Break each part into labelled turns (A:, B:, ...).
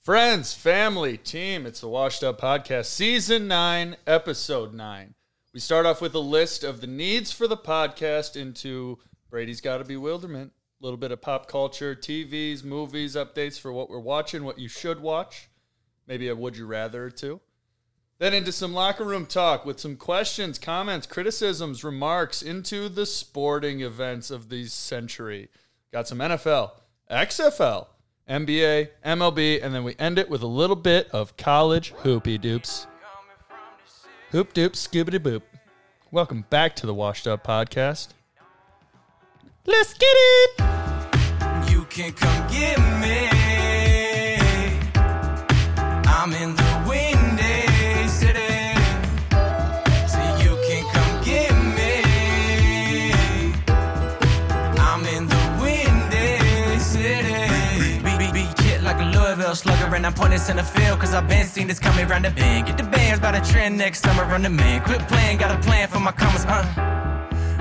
A: Friends, family, team, it's the Washed Up Podcast, Season 9, Episode 9. We start off with a list of the needs for the podcast into Brady's Got to Bewilderment, a little bit of pop culture, TVs, movies, updates for what we're watching, what you should watch, maybe a Would You Rather or two. Then into some locker room talk with some questions, comments, criticisms, remarks into the sporting events of the century. Got some NFL, XFL, NBA, MLB, and then we end it with a little bit of college hoopy doops. Hoop doops, scoobity boop. Welcome back to the Washed Up Podcast. Let's get it!
B: You can come get me. I'm in the windy city. So you can come get me. I'm in the windy city. Be, be, be kid like a Louisville slugger, and I'm pointing center field. Cause I've been seen this coming round the bend. Get the bands by the trend next summer, run the man. Quit playing, got a plan for my commas, uh.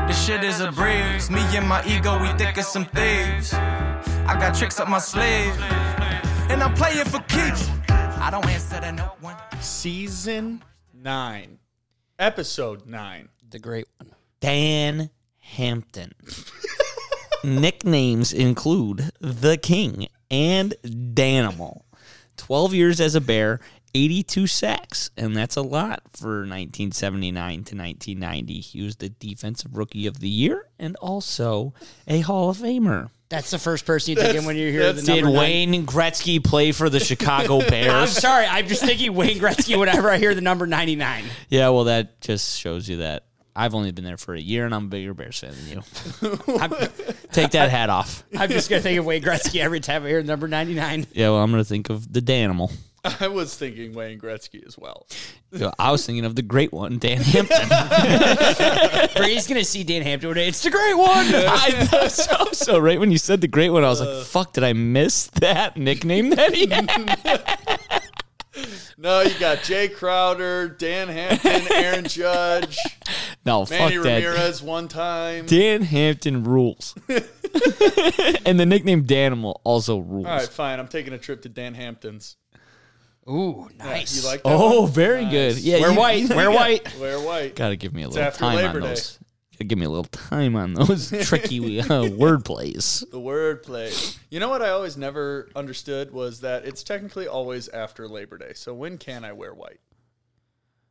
B: This shit is a breeze. Me and my ego, we thick as some thieves. I got tricks up my sleeve, and I'm playing for keeps. I don't answer to no one.
A: Season 9, Episode 9.
C: The great one. Dan Hampton. Nicknames include The King and Danimal. 12 years as a bear, 82 sacks, and that's a lot for 1979 to 1990. He was the Defensive Rookie of the Year and also a Hall of Famer.
D: That's the first person you think in when you hear the
A: that's-
D: number
C: Did
D: nine.
C: Wayne Gretzky play for the Chicago
D: I'm
C: Bears?
D: sorry, I'm just thinking Wayne Gretzky whenever I hear the number 99.
C: yeah, well, that just shows you that I've only been there for a year and I'm a bigger Bears fan than you.
D: I'm,
C: Take that hat off.
D: I'm just going to think of Wayne Gretzky every time I hear the number 99.
C: Yeah, well, I'm going to think of the Danimal.
A: I was thinking Wayne Gretzky as well.
C: Yeah, I was thinking of the great one, Dan Hampton.
D: Brady's going to see Dan Hampton today. It's the great one.
C: I thought so, so right when you said the great one, I was like, "Fuck, did I miss that nickname that he had?"
A: No, you got Jay Crowder, Dan Hampton, Aaron Judge,
C: No,
A: Manny
C: fuck that.
A: Ramirez one time.
C: Dan Hampton rules, and the nickname Danimal also rules.
A: All right, fine. I'm taking a trip to Dan Hampton's.
D: Ooh, nice.
A: You like that?
C: Oh, very good. Yeah,
D: We're
C: you-
D: white. We're white.
A: Wear white.
C: Gotta give me a little
A: after
C: time
A: Labor
C: on
A: Day.
C: those. Gotta give me a little time on those tricky uh, word plays.
A: The wordplay. You know what I always never understood was that it's technically always after Labor Day. So when can I wear white?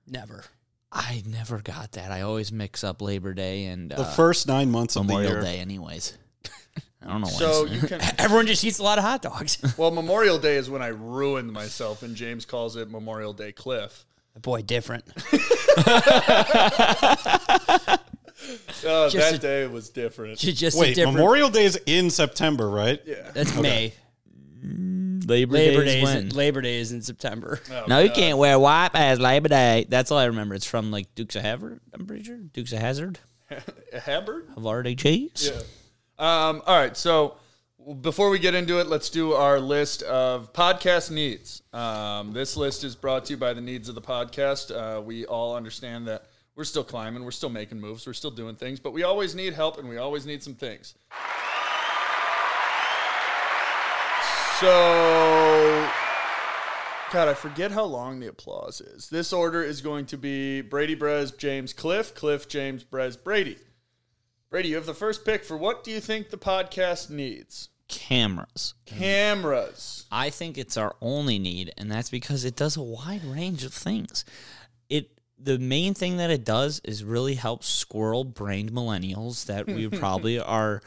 D: Never.
C: I never got that. I always mix up Labor Day and
E: The
C: uh,
E: first nine months of the
C: Memorial
E: year.
C: Day, anyways. I don't know. why
A: So
C: it's-
A: you can.
D: Everyone just eats a lot of hot dogs.
A: Well, Memorial Day is when I ruined myself, and James calls it Memorial Day Cliff.
D: Boy, different.
A: Oh,
D: Just
A: that
D: a-
A: day was different.
D: Ju- Just a
E: Wait,
D: different.
E: Memorial Day is in September, right?
A: Yeah.
D: That's May.
C: Labor,
D: Labor
C: Day
D: Day,
C: is
D: is
C: when?
D: in, Labor Day is in September.
A: Oh,
C: No, you
A: God.
C: can't wear white as Labor Day. That's all I remember. It's from like Dukes of Hazzard. I'm pretty sure Dukes of Hazzard,
A: Habbard?
C: Havarti cheese.
A: Yeah. Um, all right. So before we get into it, let's do our list of podcast needs. Um, this list is brought to you by the needs of the podcast. Uh, we all understand that we're still climbing, we're still making moves, we're still doing things, but we always need help and we always need some things. So. God, I forget how long the applause is. This order is going to be Brady Brez, James Cliff, Cliff, James Brez, Brady. Brady, you have the first pick for what do you think the podcast needs?
C: Cameras.
A: Mm-hmm. Cameras.
C: I think it's our only need, and that's because it does a wide range of things. It the main thing that it does is really help squirrel-brained millennials that we probably are,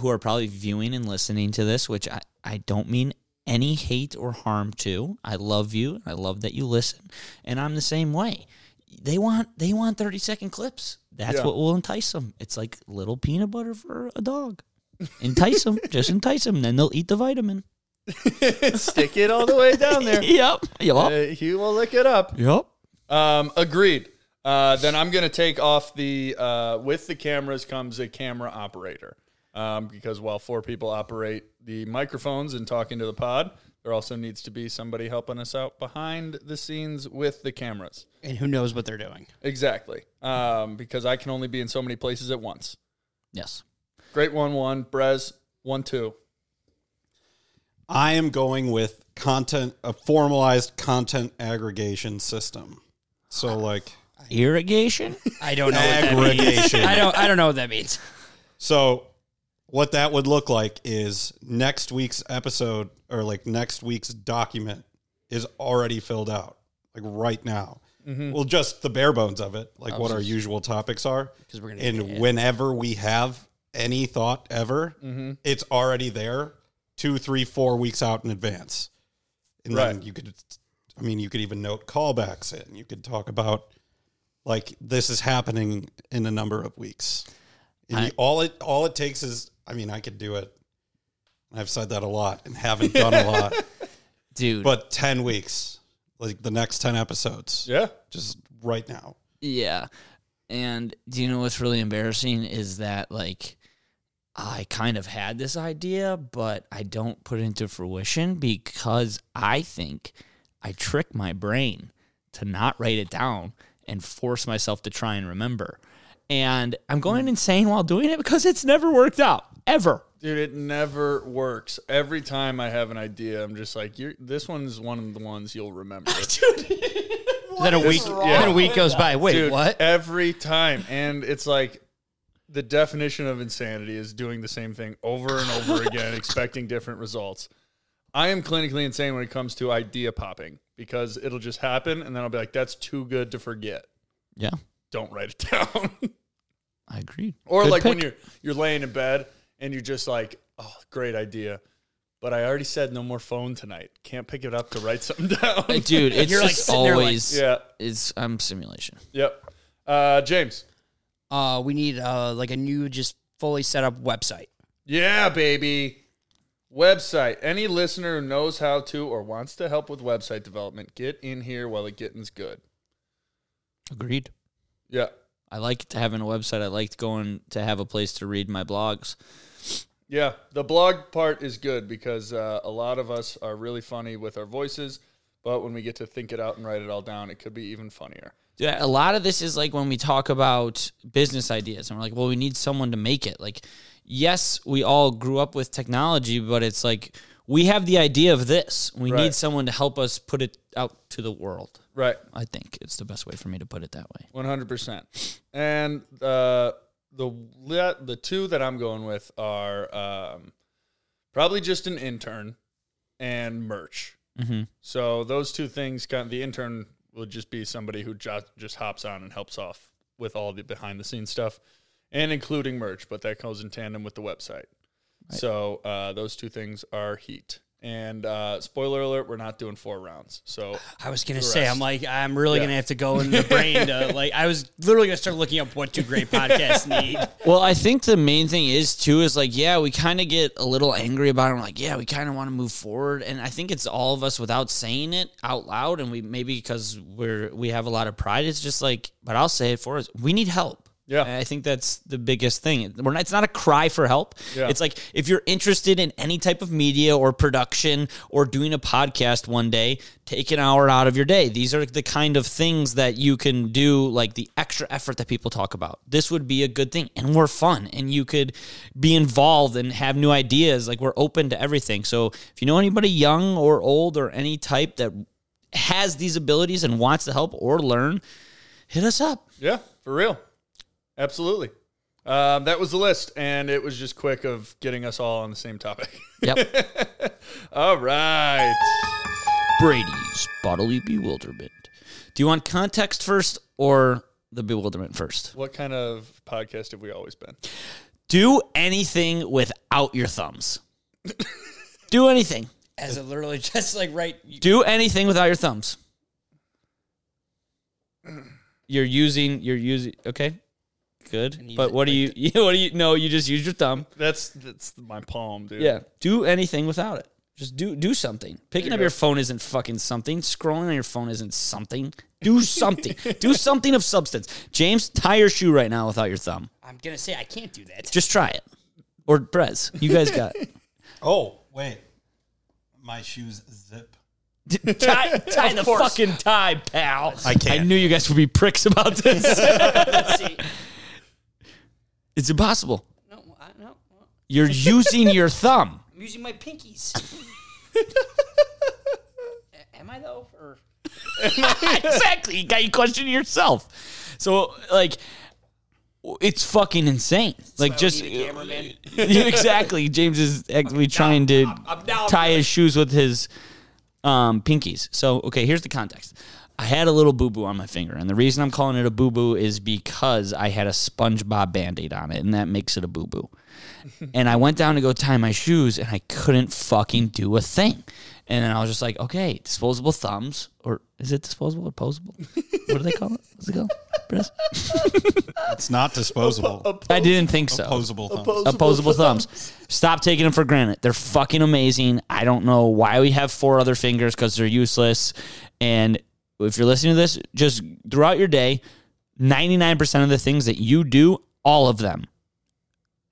C: who are probably viewing and listening to this. Which I I don't mean any hate or harm to. I love you, and I love that you listen, and I'm the same way. They want they want 30 second clips. That's
A: Yeah.
C: what will entice them. It's like little peanut butter for a dog. Entice them, just entice them, then they'll eat the vitamin.
A: Stick it all the way down there.
C: Yep. Yep.
A: Uh, he will look it up.
C: Yep.
A: Um, agreed. Uh, then I'm going to take off the uh, with the cameras comes a camera operator. Um, because while four people operate the microphones and talking to the pod, there also needs to be somebody helping us out behind the scenes with the cameras.
D: And who knows what they're doing.
A: Exactly. Um, because I can only be in so many places at once.
C: Yes.
A: Great one, one. Brez, one, two.
E: I am going with content, a formalized content aggregation system. So like
C: Irrigation?
D: I don't know. What that means. I
E: aggregation.
D: don't. I don't know what that means.
E: so what that would look like is next week's episode or like next week's document is already filled out like right now.
D: Mm-hmm.
E: Well, just the bare bones of it, like what our usual topics are. Because
D: Oh, we're gonna
E: and whenever we have any thought ever,
D: Mm-hmm.
E: it's already there two, three, four weeks out in advance. And then
A: Right.
E: you could, I mean, you could even note callbacks in. You could talk about like this is happening in a number of weeks. And you- all it all it takes is, I mean, I could do it. I've said that a lot and haven't done a lot,
C: Dude.
E: but ten weeks, like the next ten episodes,
A: Yeah.
E: just right now.
C: Yeah. And do you know what's really embarrassing is that like I kind of had this idea, but I don't put it into fruition because I think I trick my brain to not write it down and force myself to try and remember. And I'm
D: Hmm.
C: going insane while doing it because it's never worked out ever.
A: Dude, it never works. Every time I have an idea, I'm just like, You're, this one is one of the ones you'll remember.
D: Then a week. Then a week goes by. Wait,
A: Dude,
D: what?
A: Every time. And it's like the definition of insanity is doing the same thing over and over again, expecting different results. I am clinically insane when it comes to idea popping because it'll just happen and then I'll be like, that's too good to forget.
C: Yeah,
A: Don't write it down.
C: I agreed.
A: or
C: Good
A: like when
C: pick.
A: you're you're laying in bed and you're just like, oh, great idea. But I already said no more phone tonight. Can't pick it up to write something down.
C: dude, it's
D: You're, like,
C: just
D: sitting there, like-
C: always
A: yeah.
C: it's um simulation.
A: Yep. Uh, James.
D: Uh, we need uh like a new, just fully set up website.
A: Yeah, baby. Website. Any listener who knows how to or wants to help with website development, get in here while it getting's good.
C: Agreed.
A: Yeah.
C: I like to having a website. I liked going to have a place to read my blogs.
A: Yeah. The blog part is good because uh, a lot of us are really funny with our voices, but when we get to think it out and write it all down, it could be even funnier.
C: Yeah, a lot of this is like when we talk about business ideas and we're like, well, we need someone to make it. Like, yes, we all grew up with technology, but it's like we have the idea of this. We
A: Right.
C: need someone to help us put it out to the world.
A: Right.
C: I think it's the best way for me to put it that way.
A: One hundred percent. And uh, the le- the two that I'm going with are um, probably just an intern and merch. So those two things, kind of, the intern will just be somebody who jo- just hops on and helps off with all the behind the scenes stuff, and including merch. But that goes in tandem with the website. So uh, those two things are heat. And uh, spoiler alert, we're not doing four rounds. So
D: I was gonna say, I'm
A: rest.
D: like, I'm really
A: Yeah.
D: gonna have to go in the brain to like. I was literally gonna start looking up what do great podcasts need.
C: Well, I think the main thing is too is like, yeah, we kind of get a little angry about it. We're like, yeah, we kind of want to move forward, and I think it's all of us without saying it out loud, and we maybe because we're we have a lot of pride. It's just like, but I'll say it for us. We need help.
A: Yeah.
C: And I think that's the biggest thing. We're not, it's not a cry for help.
A: Yeah.
C: It's like if you're interested in any type of media or production or doing a podcast one day, take an hour out of your day. These are the kind of things that you can do, like the extra effort that people talk about. This would be a good thing. And we're fun and you could be involved and have new ideas. Like we're open to everything. So if you know anybody young or old or any type that has these abilities and wants to help or learn, hit us up.
A: Yeah, for real. Absolutely. Um, that was the list, and it was just quick of getting us all on the same topic.
C: Yep.
A: all right.
C: Brady's bodily bewilderment. Do you want context first or the bewilderment first?
A: What kind of podcast have we always been?
C: Do anything without your thumbs. Do anything.
D: As it literally just like right.
C: Do anything without your thumbs. You're using you're using okay. Good. But what do you, you what do you no, you just use your thumb.
A: That's that's my palm, dude.
C: Yeah. Do anything without it. Just do do something. Picking up your phone isn't fucking something. Scrolling on your phone isn't something. Do something. do something of substance. James, tie your shoe right now without your thumb.
D: I'm gonna say I can't do that.
C: Just try it. Or Brez, you guys got it.
E: Oh wait, my shoes zip.
C: tie tie the fucking tie, pal.
E: I can't.
C: I knew you guys would be pricks about this.
D: See,
C: it's impossible.
D: no, I, no,
C: You're using your thumb.
D: I'm using my pinkies. or
C: exactly. You got you questioning yourself. So like it's fucking insane. like just exactly. James is actually trying to tie his shoes with his um, pinkies. So okay, here's the context. I had a little boo boo on my finger, and the reason I'm calling it a boo boo is because I had a SpongeBob band aid on it, and that makes it a boo boo and I went down to go tie my shoes and I couldn't fucking do a thing. And then I was just like, okay, disposable thumbs, or is it disposable or posable? What do they call it? What's it called? Press?
E: It's not disposable.
C: I didn't think so.
E: Opposable thumbs.
C: Opposable thumbs. Stop taking them for granted. They're fucking amazing. I don't know why we have four other fingers because they're useless. And if you're listening to this, just throughout your day, 99% of the things that you do, all of them,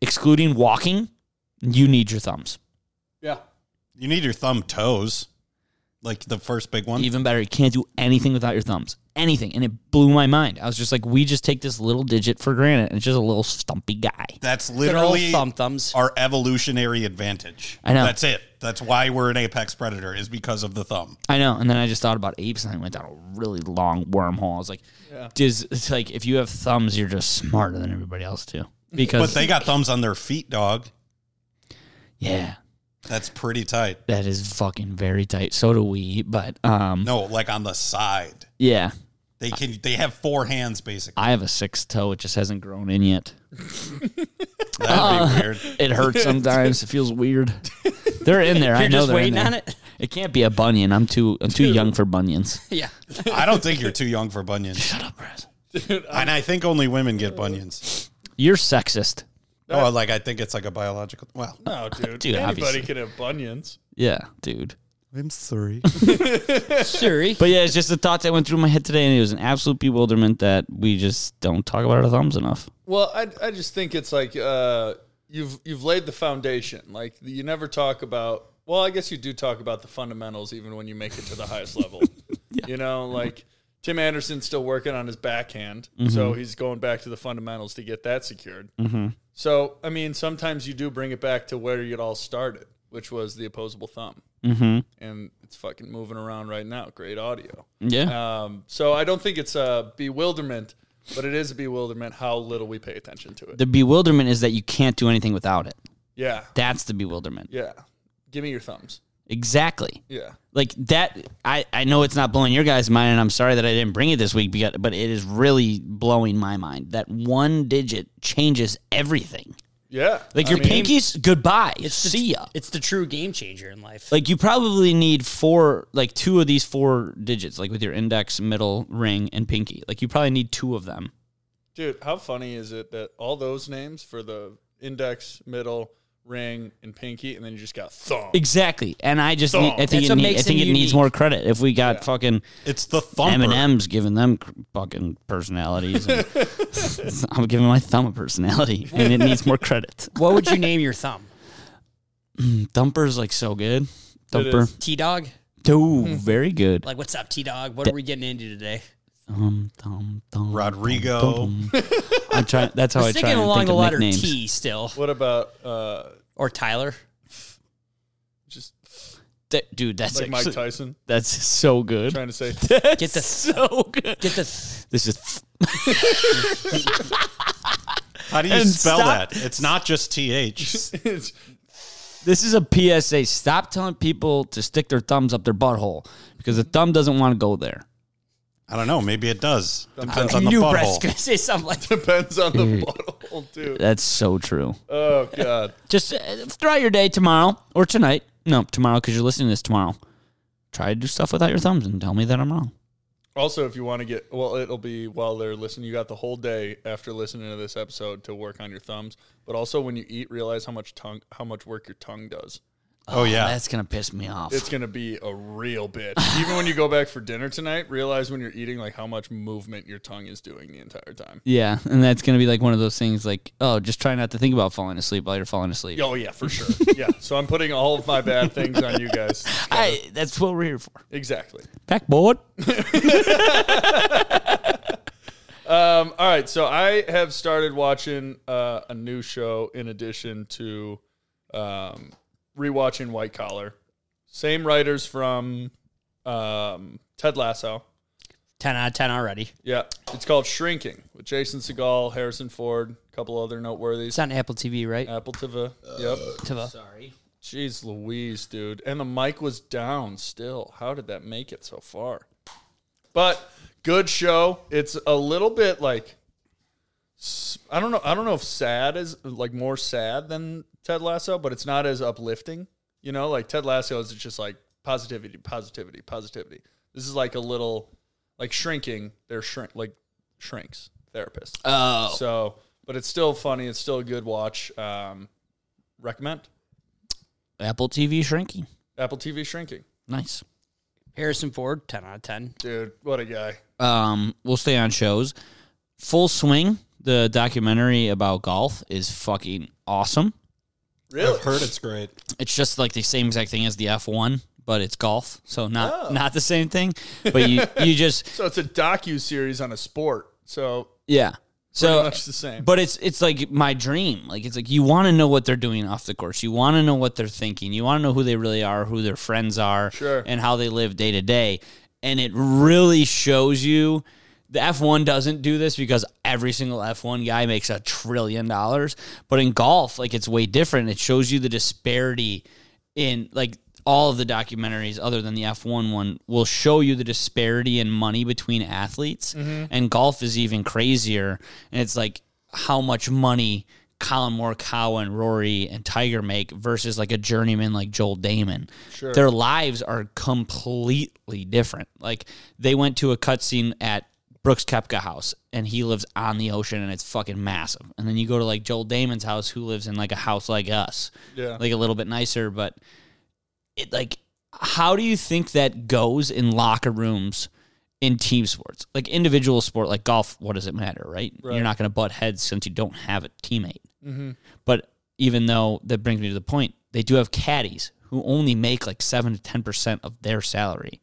C: excluding walking, you need your thumbs.
A: Yeah.
E: You need your thumb toes, like the first big one.
C: Even better, you can't do anything without your thumbs. Anything. And it blew my mind. I was just like, we just take this little digit for granted. And it's just a little stumpy guy.
E: That's
D: they're all
E: literally
D: thumb thumbs.
E: our evolutionary advantage.
C: I know.
E: That's it. That's why we're an apex predator is because of the thumb.
C: I know. And then I just thought about apes and I went down a really long wormhole. I was like, does, it's like if you have thumbs, you're just smarter than everybody else, too.
E: But
C: Because,
E: they got thumbs on their feet, dog.
C: yeah,
E: That's pretty tight.
C: that is fucking very tight. So do we. But, um,
E: No, like on the side.
C: yeah,
E: They can. They have four hands basically.
C: I have a six toe. It just hasn't grown in yet.
E: That'd be weird.
C: It hurts sometimes. it feels weird. They're in there. I
D: You're
C: know
D: just
C: they're in
D: waiting
C: there.
D: on it.
C: It can't be a bunion. I'm too I'm too young for bunions.
D: Yeah,
E: I don't think you're too young for bunions,
C: Shut up, Brad.
E: and I think only women get bunions.
C: You're sexist.
E: Oh, like I think it's like a biological. Well,
A: No, Oh, dude.
C: Dude,
A: Anybody
C: obviously.
A: could have bunions.
C: Yeah, dude.
E: I'm sorry.
D: Siri.
C: But yeah, it's just the thoughts that went through my head today, and it was an absolute bewilderment that we just don't talk about our thumbs enough.
A: Well, I, I just think it's like uh, you've you've laid the foundation. Like you never talk about. Well, I guess you do talk about the fundamentals even when you make it to the highest level. You know, like Tim Anderson's still working on his backhand, so he's going back to the fundamentals to get that secured. So, I mean, sometimes you do bring it back to where it all started, which was the opposable thumb, mm-hmm. and it's fucking moving around right now. Great audio.
C: Yeah,
D: Uh,
A: Um, so I don't think it's a bewilderment, but it is a bewilderment how little we pay attention to it.
C: the bewilderment is that you can't do anything without it.
A: Yeah,
C: That's the bewilderment.
A: yeah. Give me your thumbs.
C: Exactly.
A: Yeah,
C: Like that. I I know it's not blowing your guys' mind, and I'm sorry that I didn't bring it this week, because, but it is really blowing my mind. That one digit changes everything.
A: yeah.
C: Like your pinkies, goodbye. See ya.
D: It's the true game changer in life.
C: like you probably need four like two of these four digits like with your index middle ring and pinky like you probably need two of them
A: dude, how funny is it that all those names for the index, middle, ring, and pinky, and then you just got thumb.
C: exactly and i just need, i
A: That's
C: think, it,
D: what
C: need, I
D: makes
C: think
D: them
C: it needs
D: unique.
C: more credit if we got fucking
E: It's the thumb.
C: m&ms giving them cr- fucking personalities and i'm giving my thumb a personality and it needs more credit
D: what would you name your thumb?
C: thumper's like so good thumper
A: is.
D: T Dog.
C: too very good
D: Like, what's up, T Dog? What are we getting into today?
C: thumb thumb thumb
E: Rodrigo.
C: thumb, thumb. i try that's how
D: I
C: i,
D: was
C: try
D: thinking
C: and
D: along
C: think
D: the
C: of
D: letter
C: nicknames.
D: T still,
A: What about uh,
D: or Tyler.
A: just
C: Th- dude that's
A: like Mike
C: actually-
A: Tyson
C: That's so good.
A: trying to say?
D: Get the
C: so good.
D: get the
C: This is
E: How do you
C: And
E: spell
C: stop-
E: that? It's not just th.
A: It's-
C: this is a PSA. Stop telling people to stick their thumbs up their butthole because the thumb doesn't want to go there.
E: I don't know. Maybe it does. Depends
D: I
E: on the
D: knew Brett's
E: butthole.
D: gonna say something like that.
A: depends on the bottle, dude.
C: That's so true.
A: Oh god.
C: Just uh, throughout your day tomorrow or tonight. No, tomorrow because you're listening to this tomorrow. Try to do stuff without your thumbs and tell me that I'm wrong.
A: Also, if you want to get, well, it'll be while they're listening. You got the whole day after listening to this episode to work on your thumbs, but also when you eat, realize how much tongue, how much work your tongue does.
E: Oh yeah.
C: That's gonna piss me off.
A: It's gonna be a real bitch. Even when you go back for dinner tonight, realize when you're eating like how much movement your tongue is doing the entire time.
C: yeah, and that's gonna be like one of those things like, oh, just try not to think about falling asleep while you're falling asleep.
A: Oh yeah, for sure. yeah. So I'm putting all of my bad things on you guys.
C: I, that's what we're here for.
A: Exactly.
C: Backboard.
A: Um, all right, so I have started watching uh, a new show in addition to um, rewatching White Collar. Same writers from um, Ted Lasso.
D: Ten out of ten already.
A: Yeah, it's called Shrinking with Jason Segal, Harrison Ford, a couple other noteworthies.
D: It's on Apple TV, right?
A: Apple TV. Yep.
D: Tava.
A: Jeez Louise, dude. And the mic was down still. How did that make it so far? But good show. It's a little bit like s- I don't know. I don't know if sad is like more sad than Ted Lasso, but it's not as uplifting. You know, like Ted Lasso is just like positivity, positivity, positivity. This is like a little like shrinking. They're shrink like shrinks therapists.
C: Oh,
A: So, but it's still funny. It's still a good watch. Um, recommend.
C: Apple TV shrinking.
A: Apple TV shrinking.
C: Nice.
D: Harrison Ford, ten out of ten.
A: Dude, what a guy.
C: Um, we'll stay on shows. Full Swing, the documentary about golf, is fucking awesome.
A: Really?
E: I've heard it's great.
C: It's just like the same exact thing as the F one, but it's golf, so not
A: Oh.
C: not the same thing. But you you just
A: So it's a docu series on a sport. So
C: yeah.
A: pretty
C: So
A: much the same.
C: But it's it's like my dream. Like it's like you want to know what they're doing off the course. You want to know what they're thinking. You want to know who they really are, who their friends are,
A: Sure.
C: and how they live day to day. And it really shows you the F1 doesn't do this because every single F1 guy makes a trillion dollars. But in golf, like it's way different. It shows you the disparity in like all of the documentaries other than the F1 one will show you the disparity in money between athletes and golf is even crazier and it's like how much money Colin Morikawa and Rory and Tiger make versus like a journeyman like Joel Damon. Sure. Their lives are completely different. Like they went to a cutscene at Brooks Kepka house and he lives on the ocean and it's fucking massive. And then you go to like Joel Damon's house who lives in like a house like us.
A: Yeah.
C: Like a little bit nicer, but it like how do you think that goes in locker rooms in team sports? Like individual sport like golf, what does it matter, right? You're not going to butt heads since you don't have a teammate. But even though that brings me to the point, they do have caddies who only make like seven to ten percent of their salary.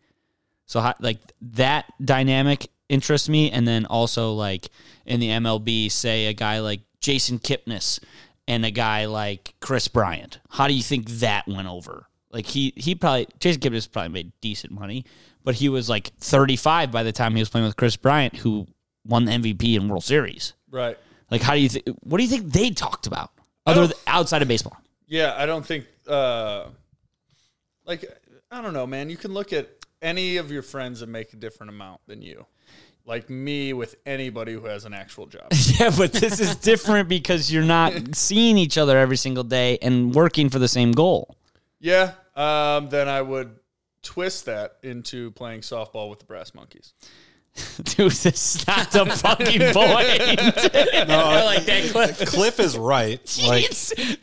C: So how, like that dynamic interests me, and then also like in the MLB, say a guy like Jason Kipnis and a guy like Chris Bryant. How do you think that went over? Like he he probably Jason Kipnis probably made decent money, but he was like 35 by the time he was playing with Chris Bryant, who won the MVP in World Series.
A: right.
C: Like, how do you think? What do you think they talked about other th- outside of baseball?
A: Yeah, I don't think uh like I don't know, man. You can look at any of your friends that make a different amount than you. Like me with anybody who has an actual job.
C: yeah, but this is different because you're not seeing each other every single day and working for the same goal.
A: yeah. Um then I would twist that into playing softball with the brass monkeys.
C: Dude, this is not the fucking point. I like that clip.
E: Cliff is right. Like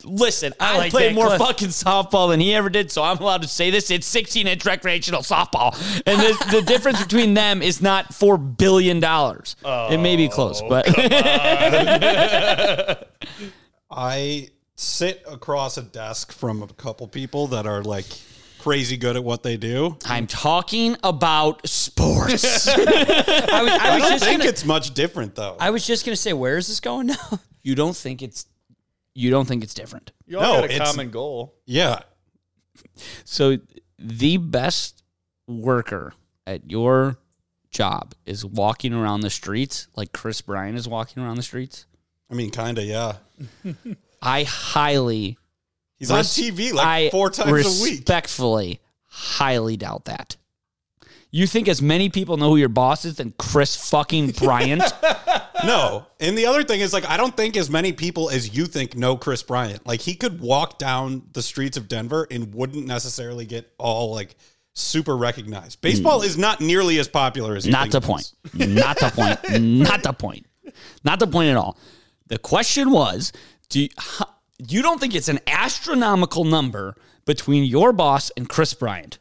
C: Listen, I,
D: like
C: play
D: that
C: more
D: clip.
C: fucking softball than he ever did, so I'm allowed to say this. It's 16 inch recreational softball, and the, the difference between them is not four billion dollars. it may be close, but
E: I sit across a desk from a couple people that are like crazy good at what they do.
C: I'm talking about sports.
D: I was, I
E: I
D: was
E: don't
D: just
E: think
D: gonna,
E: it's much different though.
D: I was just gonna say, where is this going now?
C: you don't think it's you don't think it's different.
A: You all
E: No,
A: got a
E: it's-
A: common goal.
E: yeah.
C: So the best worker at your job is walking around the streets like Chris Bryan is walking around the streets.
E: I mean kinda, yeah.
C: I highly
E: He's on
C: Res-
E: TV like
C: I
E: four times a week.
C: respectfully highly doubt that. You think as many people know who your boss is than Chris fucking Bryant?
E: No. And the other thing is like I don't think as many people as you think know Chris Bryant. Like he could walk down the streets of Denver and wouldn't necessarily get all like super recognized. Baseball is not nearly as popular as you
C: Not
E: think
C: the
E: it is.
C: point. Not the point. Not the point. Not the point at all. The question was, do you, ho- you don't think it's an astronomical number between your boss and Chris Bryant?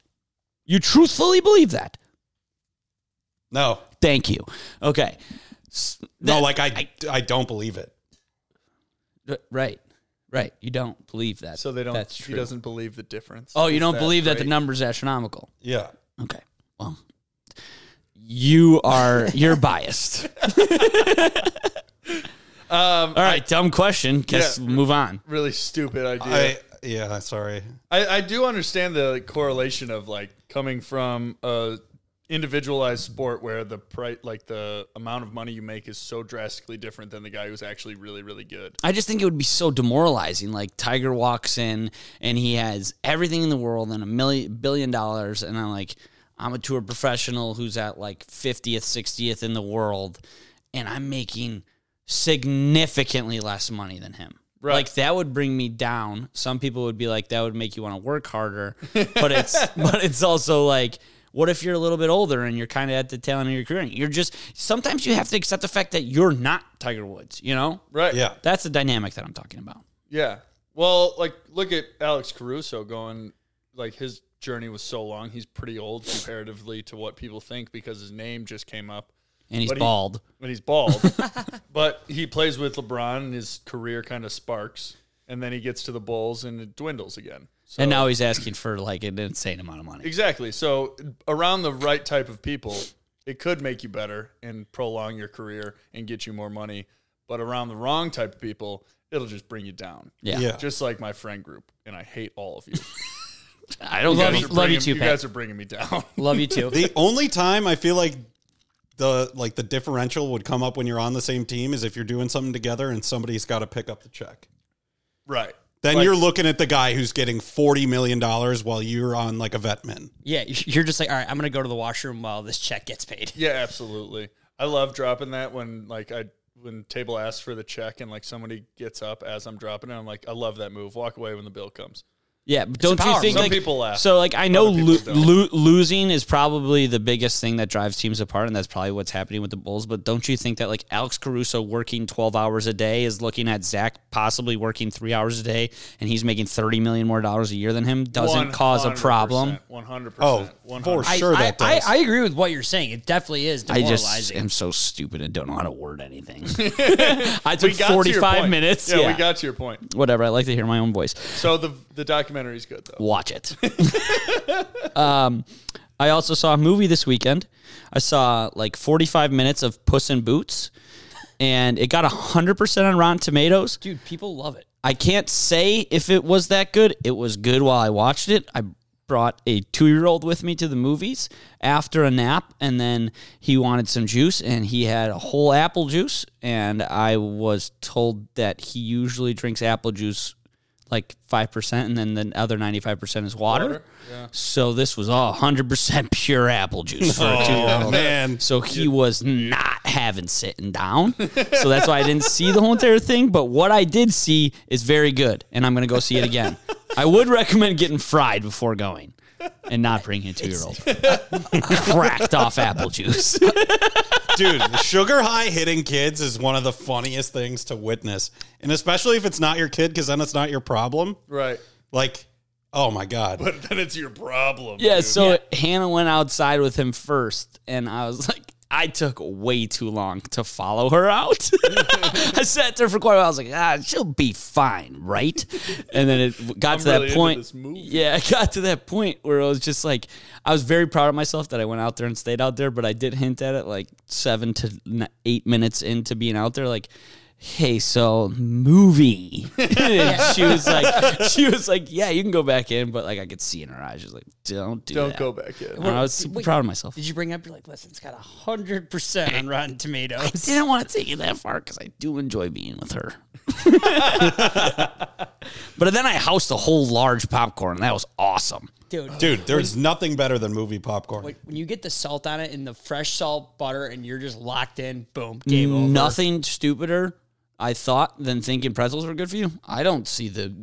C: You truthfully believe that?
E: No.
C: Thank you. Okay. S-
E: No,
C: that-
E: like I I don't believe it.
C: r- right, right. You don't believe that.
A: So they don't
C: That's
A: he
C: true.
A: doesn't believe the difference.
C: oh, you
A: Is
C: don't believe that the
A: great?
C: number's astronomical?
E: Yeah.
C: Okay. Well, you are you're biased.
A: um
C: All right. Dumb question. Guess
A: Yeah.
C: move on.
A: really stupid idea.
E: I yeah, sorry.
A: I, I do understand the like, correlation of like coming from a individualized sport where the price, like the amount of money you make, is so drastically different than the guy who's actually really, really good.
C: I just think it would be so demoralizing. Like Tiger walks in and he has everything in the world and a million billion dollars, and I'm like, I'm a tour professional who's at like 50th, 60th in the world, and I'm making significantly less money than him.
A: Right.
C: Like that would bring me down. Some people would be like, that would make you want to work harder, but it's but it's also like. What if you're a little bit older and you're kind of at the tail end of your career? You're just sometimes you have to accept the fact that you're not Tiger Woods, you know?
A: Right.
E: Yeah.
C: That's the dynamic that I'm talking about.
A: Yeah. Well, like look at Alex Caruso going like his journey was so long. He's pretty old comparatively to what people think because his name just came up
C: And he's
A: But he-
C: bald.
A: and he's bald. but he plays with LeBron and his career kind of sparks and then he gets to the Bulls and it dwindles again. So
C: and now he's asking for like an insane amount of money.
A: Exactly. So around the right type of people, it could make you better and prolong your career and get you more money. But around the wrong type of people, it'll just bring you down.
C: Yeah.
E: Yeah.
A: Just like my friend group, and I hate all of you.
C: I don't
A: guys
C: love you,
A: are
C: love you
A: bringing-
C: too,
A: You
C: Pat.
A: guys are bringing me down.
C: Love you too.
E: The only time I feel like the like the differential would come up when you're on the same team is if you're doing something together and somebody's got to pick up the check.
A: right.
E: Then
A: Like-
E: you're looking at the guy who's getting forty million dollars while you're on like a vet min.
D: Yeah, you're just like, all right, I'm gonna go to the washroom while this check gets paid.
A: Yeah, absolutely. I love dropping that when like I when table asks for the check and like somebody gets up as I'm dropping it. I'm like, I love that move. Walk away when the bill comes.
C: Yeah, but don't you
D: power
C: think
A: move.
C: like
A: Some people laugh.
C: so? Like I know
A: Other
C: lo-
A: people don't.
C: lo- losing is probably the biggest thing that drives teams apart, and that's probably what's happening with the Bulls. But don't you think that like Alex Caruso working twelve hours a day is looking at Zach possibly working three hours a day, and he's making thirty million more dollars a year than him doesn't cause a problem.
A: One hundred
E: Oh,
A: percent. One
E: for
A: hundred.
D: I,
E: sure
D: I,
E: that
D: I,
E: does.
D: I agree with what you're saying. It definitely is
C: I
D: demoralizing.
C: just am so stupid and don't know how to word anything. I
A: We got to
C: took
A: your
C: forty-five
A: point.
C: minutes.
A: Yeah,
C: Yeah,
A: we got to your point.
C: whatever. I like to hear my own voice.
A: So the the documentary's good though.
C: Watch it. um, I also saw a movie this weekend. I saw like 45 minutes of Puss in Boots, and it got 100% on Rotten Tomatoes.
D: Dude, people love it.
C: I can't say if it was that good. It was good while I watched it. I brought a two year old with me to the movies after a nap, and then he wanted some juice, and he had a whole apple juice. And I was told that he usually drinks apple juice like 5%, and then the other 95% is water. So this was all 100% pure apple juice for a two year old.
E: Oh, man.
C: So he was not having sitting down. so that's why I didn't see the whole entire thing. But what I did see is very good, and I'm going to go see it again. I would recommend getting fried before going and not bringing a two year old.
A: uh,
C: Cracked off apple juice.
E: Dude, sugar high hitting kids is one of the funniest things to witness. And especially if it's not your kid, because then it's not your problem.
A: Right.
E: Like, oh my God.
A: But then it's your problem.
C: Yeah,
A: dude.
C: so Hannah went outside with him first, and I was like, I took way too long to follow her out. I sat there for quite a while. I was like, ah, she'll be fine, right? And then it got
A: I'm
C: to
A: really
C: that
A: into
C: point.
A: this movie.
C: Yeah, it got to that point where I was just like, I was very proud of myself that I went out there and stayed out there, but I did hint at it like seven to n- eight minutes into being out there, like, hey, so movie. And she was like, she was like, yeah, you can go back in, but like I could see in her eyes, she was like, don't do
A: don't
C: that.
A: go back in.
C: And I was super proud of myself.
D: Did you bring up? You're like, listen, it's got hundred percent on Rotten Tomatoes.
C: Didn't want to take it that far because I do enjoy being with her. but then I housed a whole large popcorn. And that was awesome.
D: Dude,
E: Dude, there's nothing better than movie popcorn.
D: Like when you get the salt on it and the fresh salt butter, and you're just locked in. Boom, game over.
C: Nothing stupider, I thought, than thinking pretzels were good for you. I don't see the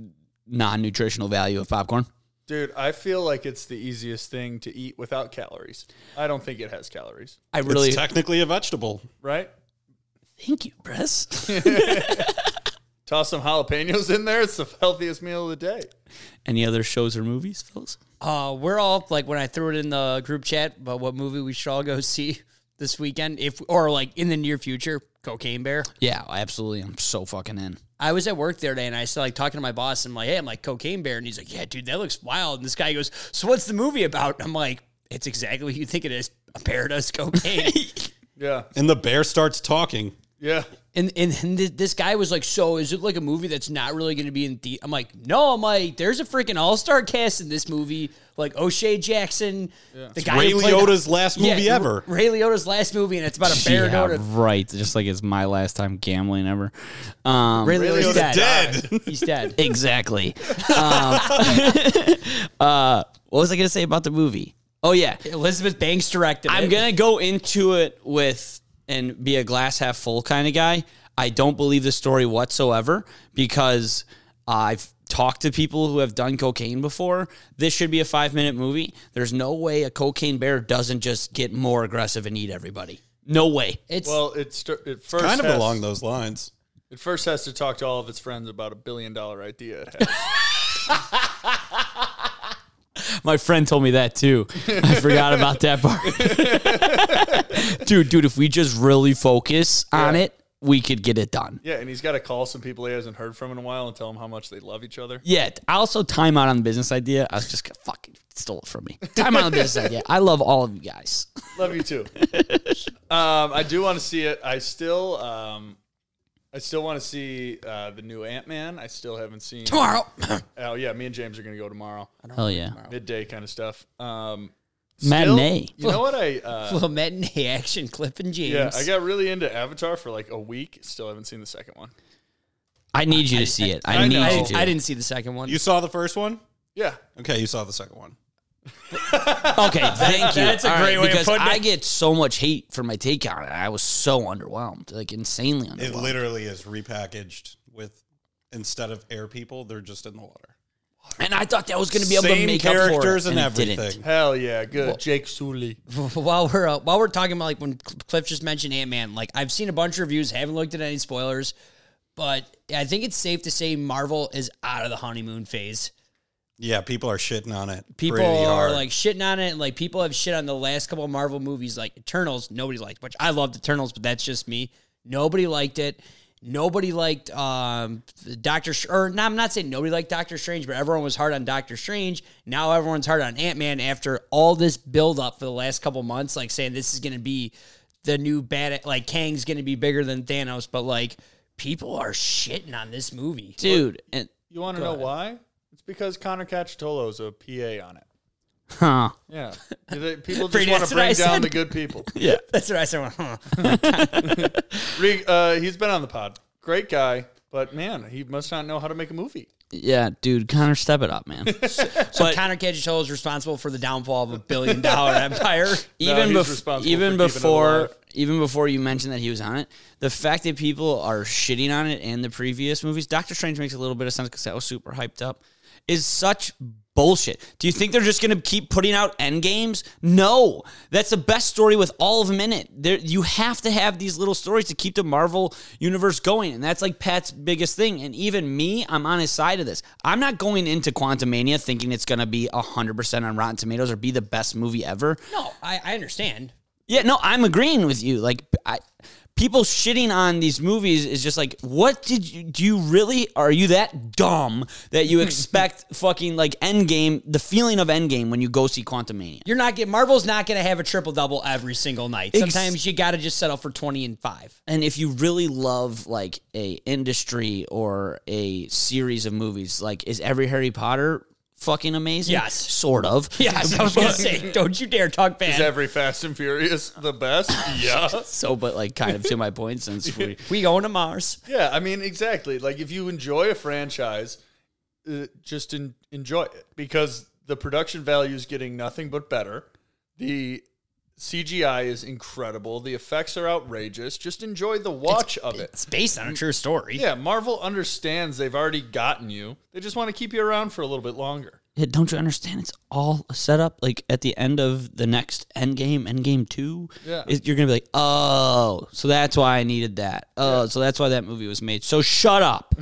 C: non-nutritional value of popcorn.
A: Dude, I feel like it's the easiest thing to eat without calories. I don't think it has calories,
C: I
E: it's
C: really
E: technically a vegetable.
A: right?
C: thank you, Press.
A: Toss some jalapenos in there. It's the healthiest meal of the day.
C: Any other shows or movies, fellas?
D: Uh, we're all like when I threw it in the group chat about what movie we should all go see this weekend, if or like in the near future. Cocaine Bear.
C: Yeah, absolutely. I'm so fucking in.
D: I was at work the other day and I said like talking to my boss. I'm like, hey, I'm like Cocaine Bear, and he's like, yeah, dude, that looks wild. And this guy goes, so what's the movie about? I'm like, it's exactly what you think it is. A bear does cocaine.
A: Yeah.
E: And the bear starts talking.
A: Yeah.
D: And and, and thi- this guy was like, "So is it like a movie that's not really going to be in the?" I'm like, "No, I'm like, there's a freaking all star cast in this movie, like O'Shea Jackson, the guy
E: Ray
D: who played-
E: Liotta's last movie
D: Yeah,
E: ever.
D: Ray Liotta's last movie, and it's about a bear
C: yeah,
D: going to
C: right. Just like it's my last time gambling ever. Um,
D: Ray
A: Liotta's
D: Liotta's dead.
E: dead.
D: He's dead.
C: exactly. um, uh, what was I going to say about the movie? Oh yeah,
D: Elizabeth Banks directed.
C: I'm
D: it.
C: gonna go into it with and be a glass half full kind of guy. I don't believe the story whatsoever because I've talked to people who have done cocaine before. This should be a five minute movie. There's no way a cocaine bear doesn't just get more aggressive and eat everybody. No way.
D: It's
A: Well, it's it first
E: Kind of
A: has-
E: along those lines.
A: It first has to talk to all of its friends about a billion dollar idea. It has.
C: My friend told me that too. I forgot about that part. dude, dude, if we just really focus on
A: Yeah.
C: it, we could get it done.
A: yeah, and he's got to call some people he hasn't heard from in a while and tell them how much they love each other.
C: Yeah, I also time out on the business idea. I was just gonna- fucking stole it from me. Time out on the business idea. I love all of you guys.
A: Love you too. um, I do want to see it. I still, um, I still want to see uh, the new Ant Man. I still haven't seen.
C: Tomorrow.
A: Oh yeah, me and James are gonna go tomorrow,
C: Hell yeah.
A: midday kind of stuff. Um, still-
C: Matinee.
A: You know what I? Uh,
D: little matinee action clip and James.
A: yeah, I got really into Avatar for like a week. Still haven't seen the second one.
C: I need you to see it. I,
A: I
C: need
A: know.
C: you
D: I,
C: to.
D: I didn't see the second one.
E: You saw the first one?
A: Yeah,
E: Okay, you saw the second one.
C: Okay, thank you.
D: that's a
C: All
D: great way of
C: because
D: putting
C: I
D: it.
C: get so much hate for my take on it. I was so underwhelmed, like insanely
E: It
C: underwhelmed.
E: literally is repackaged with instead of air people, they're just in the water.
C: and I thought that was going to be able to
E: Same
C: make up for
E: characters
C: it,
E: and,
C: and it
E: everything.
C: didn't.
A: hell yeah, good. Jake Sully.
D: while we're uh, while we're talking about like when Cl- Cliff just mentioned Ant Man, like I've seen a bunch of reviews, haven't looked at any spoilers, but I think it's safe to say Marvel is out of the honeymoon phase.
E: Yeah, people are shitting on it.
D: People are
E: pretty hard.
D: like shitting on it, and like people have shit on the last couple of Marvel movies, like Eternals. Nobody liked, which I loved Eternals, but that's just me. Nobody liked it. Nobody liked um, Doctor, Str- or no, I'm not saying nobody liked Doctor Strange, but everyone was hard on Doctor Strange. Now everyone's hard on Ant Man after all this build up for the last couple of months, like saying this is going to be the new bad, like Kang's going to be bigger than Thanos, but like people are shitting on this movie.
C: Dude, and
A: You want to know why? It's because Connor Cacciatolo is a PA on it.
C: huh.
A: Yeah, They- people just
D: Pretty
A: want
D: that's
A: to
D: what I
A: bring down
D: said.
A: the good people.
D: Yeah, that's what I said. Huh.
A: Re- uh, he's been on the pod. Great guy, but man, he must not know how to make a movie.
C: Yeah, dude, Connor, step it up, man.
D: So Connor Cacciatore is responsible for the downfall of a billion dollar empire.
C: even
A: he's
C: bef-
A: responsible
C: even
A: for keeping it
C: before
A: alive.
C: even before you mentioned that he was on it, the fact that people are shitting on it and the previous movies, Doctor Strange makes a little bit of sense because that was super hyped up, is such bullshit. Do you think they're just gonna keep putting out end games? No, that's the best story with all of them in it. There, you have to have these little stories to keep the Marvel universe going, and that's like Pat's biggest thing. And even me, I'm on his side of this. I'm not going into Quantumania thinking it's gonna be hundred percent on Rotten Tomatoes or be the best movie ever.
D: No, I, I understand.
C: Yeah, no, I'm agreeing with you. Like, I, people shitting on these movies is just like, what did you do? You really are you that dumb that you expect fucking like Endgame, the feeling of Endgame when you go see Quantumania?
D: You're not getting Marvel's not going to have a triple double every single night. Sometimes you got to just settle for twenty and five.
C: And if you really love like a industry or a series of movies, like is every Harry Potter fucking amazing?
D: Yes.
C: sort of.
D: Yes, I was going to say, don't you dare talk
A: Is
D: bad.
A: every Fast and Furious the best? Yeah.
C: So, but like, kind of to my point, since we
D: we going to Mars.
A: yeah, I mean, exactly. Like, if you enjoy a franchise, uh, just en- enjoy it because the production value is getting nothing but better. The CGI is incredible. The effects are outrageous. Just enjoy the watch of it.
D: It's based on a true story.
A: Yeah, Marvel understands they've already gotten you. They just want to keep you around for a little bit longer.
C: Yeah, don't you understand? It's all set up. Like at the end of the next Endgame, Endgame two,
A: Yeah.
C: it- you're gonna be like, oh, so that's why I needed that. Oh, so that's why that movie was made. So shut up.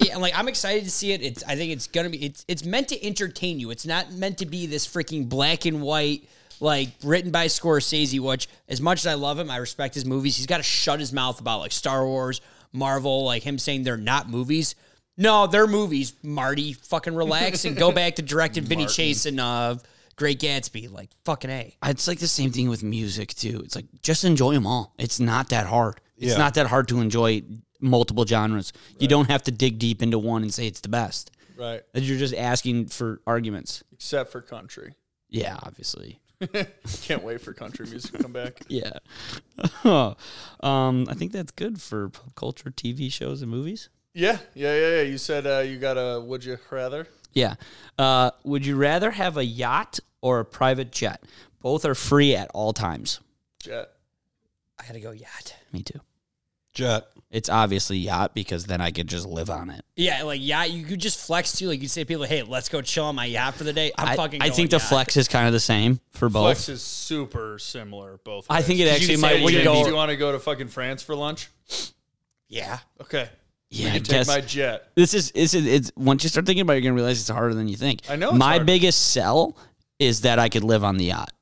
D: Yeah, like I'm excited to see it. It's I think it's gonna be it's it's meant to entertain you. It's not meant to be this freaking black and white like written by Scorsese. Which as much as I love him, I respect his movies. He's got to shut his mouth about like Star Wars, Marvel, like him saying they're not movies. No, they're movies. Marty, fucking relax and go back to directing Vinny Chase and uh, Great Gatsby, like fucking a.
C: It's like the same thing with music too. It's like just enjoy them all. It's not that hard. It's
E: Yeah.
C: not that hard to enjoy multiple genres. You don't have to dig deep into one and say it's the best.
A: Right.
C: You're just asking for arguments.
A: Except for country.
C: Yeah, obviously.
A: Can't wait for country music to come back.
C: Yeah. um, I think that's good for pop culture, TV shows, and movies.
A: Yeah, yeah, yeah, yeah. You said uh, you got a would you rather?
C: Yeah. Uh, would you rather have a yacht or a private jet? Both are free at all times.
A: Jet.
D: I gotta go yacht.
C: Me too.
E: Jet.
C: It's obviously yacht because then I could just live on it.
D: Yeah, like yacht. You could just flex too. Like you say, to people, hey, let's go chill on my yacht for the day. I'm
C: I,
D: fucking.
C: I
D: going
C: think the
D: yacht.
C: flex is kind of the same for both.
A: Flex is super similar both.
C: I
A: ways.
C: think it
A: Did
C: actually
A: you
C: might
A: say,
C: even
A: James,
C: be-
A: Do you want to go to fucking France for lunch?
D: Yeah.
A: Okay.
C: yeah, I
A: You
C: guess
A: take my jet.
C: this is this is it's once you start thinking about it, you're gonna realize it's harder than you think.
A: I know it's
C: My
A: hard.
C: biggest sell is that I could live on the yacht.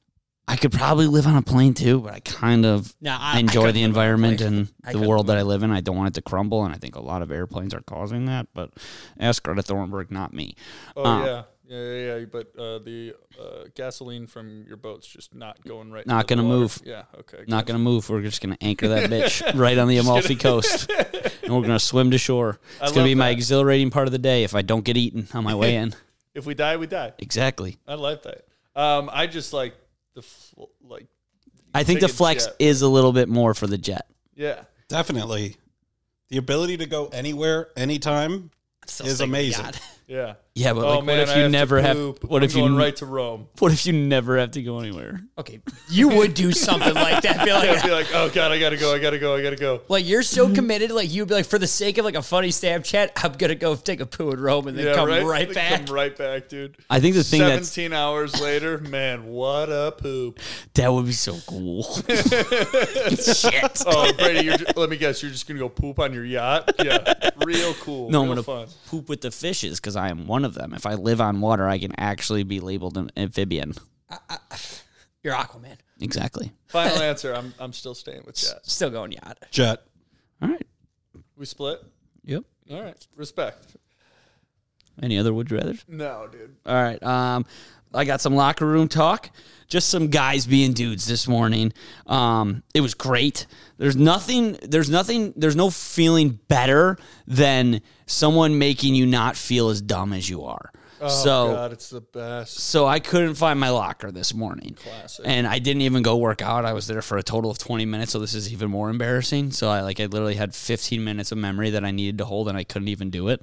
C: I could probably live on a plane too, but I kind of
D: No, I- I
C: enjoy
D: couldn't live
C: the
D: on a
C: environment
D: plane.
C: and
D: I
C: the
D: couldn't
C: world that I live in. I don't want it to crumble, and I think a lot of airplanes are causing that. But eh, ask Greta Thornburg, not me.
A: Oh
C: Uh,
A: yeah. yeah, yeah, yeah. But uh, the uh, gasoline from your boat's just not going right.
C: Not
A: into the
C: gonna
A: water.
C: move.
A: Yeah. Okay.
C: Not gonna move. We're just gonna anchor that bitch right on the Amalfi coast, and we're gonna swim to shore. It's gonna
A: love
C: be my
A: that.
C: exhilarating part of the day if I don't get eaten on my way in.
A: If we die, we die.
C: Exactly.
A: I like that. Um, I just like the fl- like.
C: I think the
A: Take a
C: flex
A: jet.
C: is a little bit more for the jet.
A: Yeah.
E: Definitely. The ability to go anywhere, anytime
D: I'm still
E: is
D: sticking with
E: amazing.
D: yacht.
A: Yeah.
C: Yeah, but
A: oh
C: like, what
A: man,
C: if
A: I
C: you
A: have to
C: never have?
A: poop.
C: What
A: I'm
C: if you
A: going
C: n-
A: right to Rome?
C: What if you never have to go anywhere?
D: Okay, you would do something like that. Be
A: I'd
D: like,
A: be like, oh god, I gotta go, I gotta go, I gotta go.
D: like you're so committed. Like you'd be like, for the sake of like a funny Snapchat, I'm gonna go take a poo in Rome and then come right,
A: They
D: back.
A: Come right back, dude.
C: I think the thing that's
A: Seventeen hours later, man, what a poop.
C: that would be so cool. Shit.
A: Oh, Brady, you're just, let me guess, you're just gonna go poop on your yacht? Yeah, real cool.
C: No, I'm
A: real
C: gonna
A: fun.
C: poop with the fishes because I am one of them. If I live on water, I can actually be labeled an amphibian.
D: You're Aquaman.
C: Exactly.
A: Final answer. I'm I'm still staying with yacht.
D: Still going yacht.
E: Jet.
C: All right.
A: We split.
C: Yep.
A: All right, respect.
C: Any other would you rather?
A: No, dude.
C: All right. Um, I got some locker room talk. Just some guys being dudes this morning. Um, it was great. There's nothing. There's nothing. There's no feeling better than someone making you not feel as dumb as you are.
A: Oh
C: so
A: God, it's the best.
C: so I couldn't find my locker this morning.
A: Classic.
C: And I didn't even go work out. I was there for a total of 20 minutes, so this is even more embarrassing. So I like I literally had 15 minutes of memory that I needed to hold and I couldn't even do it.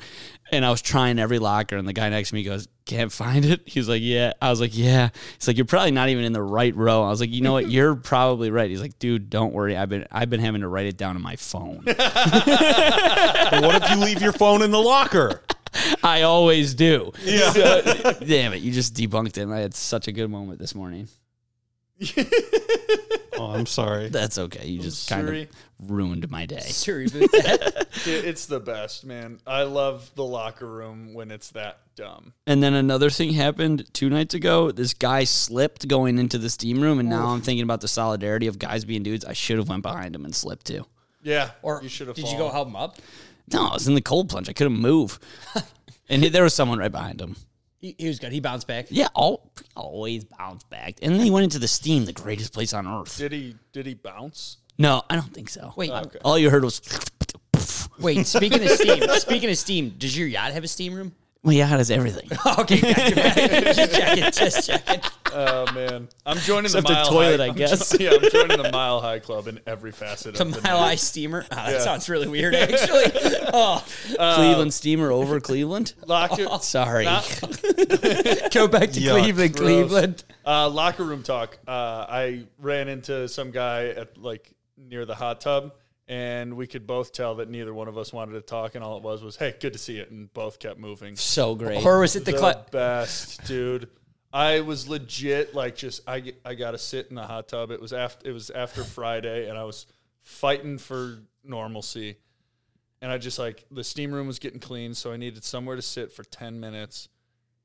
C: And I was trying every locker and the guy next to me goes, "Can't find it." He's like, "Yeah." I was like, "Yeah." He's like, "You're probably not even in the right row." I was like, "You know what? You're probably right." He's like, "Dude, don't worry. I've been I've been having to write it down on my phone."
E: But what if you leave your phone in the locker?
C: I always do. Yeah. damn it, you just debunked it. And I had such a good moment this morning.
E: Oh, I'm sorry.
C: That's okay. You just kind
A: sorry.
C: of ruined my day.
D: Siri booth.
A: Dude, it's the best, man. I love the locker room when it's that dumb.
C: And then another thing happened two nights ago. This guy slipped going into the steam room, and now I'm thinking about the solidarity of guys being dudes. I should have went behind him and slipped too.
A: Yeah,
D: Or
A: you should have.
D: Did you go
A: fallen.
D: help him up?
C: No, I was in the cold plunge. I couldn't move, and there was someone right behind him.
D: He, he was good. He bounced back.
C: Yeah, all, always bounce back. And then he went into the steam, the greatest place on earth.
A: Did he? Did he bounce?
C: No, I don't think so.
D: Wait.
C: all you heard was.
D: Wait. Speaking of steam. speaking of steam. Does your yacht have a steam room?
C: Well, yeah, does everything.
D: Okay, gotcha. just checking. Just checking.
A: Oh man, I'm joining
C: Except
A: the
C: the
A: mile
C: toilet,
A: high.
C: I
A: I'm
C: guess.
A: jo- yeah, I'm joining the mile high club in every facet
D: The
A: of the
D: Mile
A: night.
D: High Steamer. Oh, that sounds really weird, actually. Oh,
C: Cleveland steamer over Cleveland.
A: Locker,
C: Sorry.
D: go back to
E: Yuck.
D: Cleveland,
A: Gross.
D: Cleveland.
A: Uh, locker room talk. Uh, I ran into some guy at like near the hot tub, and we could both tell that neither one of us wanted to talk, and all it was was, "Hey, good to see you," and both kept moving.
C: so great.
D: Or was it the,
A: The
D: cl-
A: best, dude. I was legit like just I I gotta sit in the hot tub. It was after it was after Friday, and I was fighting for normalcy. And I just like the steam room was getting clean, so I needed somewhere to sit for ten minutes.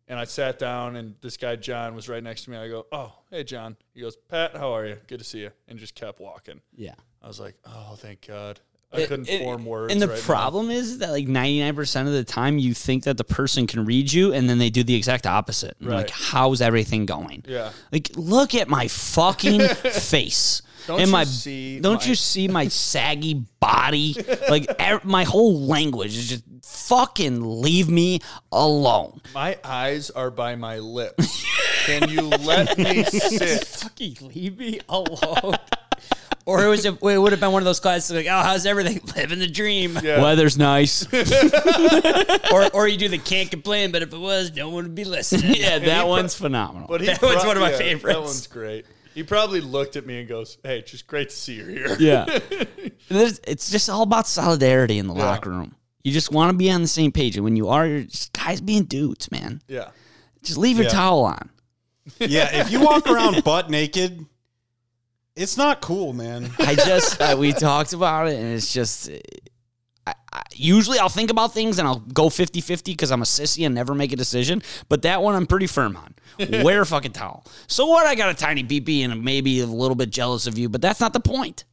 A: And I sat down, and this guy John was right next to me. I go, "Oh, hey John." He goes, "Pat, how are you? Good to see you." And just kept walking.
C: Yeah.
A: I was like, "Oh, thank God." I couldn't form words.
C: And the
A: right now.
C: problem is that like 99% of the time you think that the person can read you and then they do the exact opposite. And you're
A: Right.
C: Like how's everything going?
A: Yeah.
C: Like look at my fucking face.
A: Don't
C: and
A: you
C: my,
A: see
C: don't
A: my-
C: you see my saggy body? Like er, my whole language is just fucking leave me alone.
A: My eyes are by my lips. Can you let me sit?
D: Fucking leave me alone. or it was a, it would have been one of those classes like, oh, how's everything? Living the dream.
A: Yeah.
C: Weather's nice.
D: Or or you do the can't complain, but if it was, no one would be listening.
C: yeah, that one's phenomenal.
A: But he
D: That one's one of my
A: That
D: favorites.
A: one's great. He probably looked at me and goes, "Hey, just great to see you here."
C: Yeah. There's, it's just all about solidarity in the
A: Yeah.
C: locker room. You just want to be on the same page. And when you are, you're just guys being dudes, man.
A: Yeah.
C: Just leave your
E: Yeah.
C: towel on.
E: Yeah, if you walk around butt naked, it's not cool, man.
C: I just, uh, we talked about it, and it's just, uh, I, I, usually I'll think about things and I'll go 50 50 because I'm a sissy and never make a decision. But that one I'm pretty firm on. Wear a fucking towel. So what? I got a tiny BB and I'm maybe a little bit jealous of you, but that's not the point.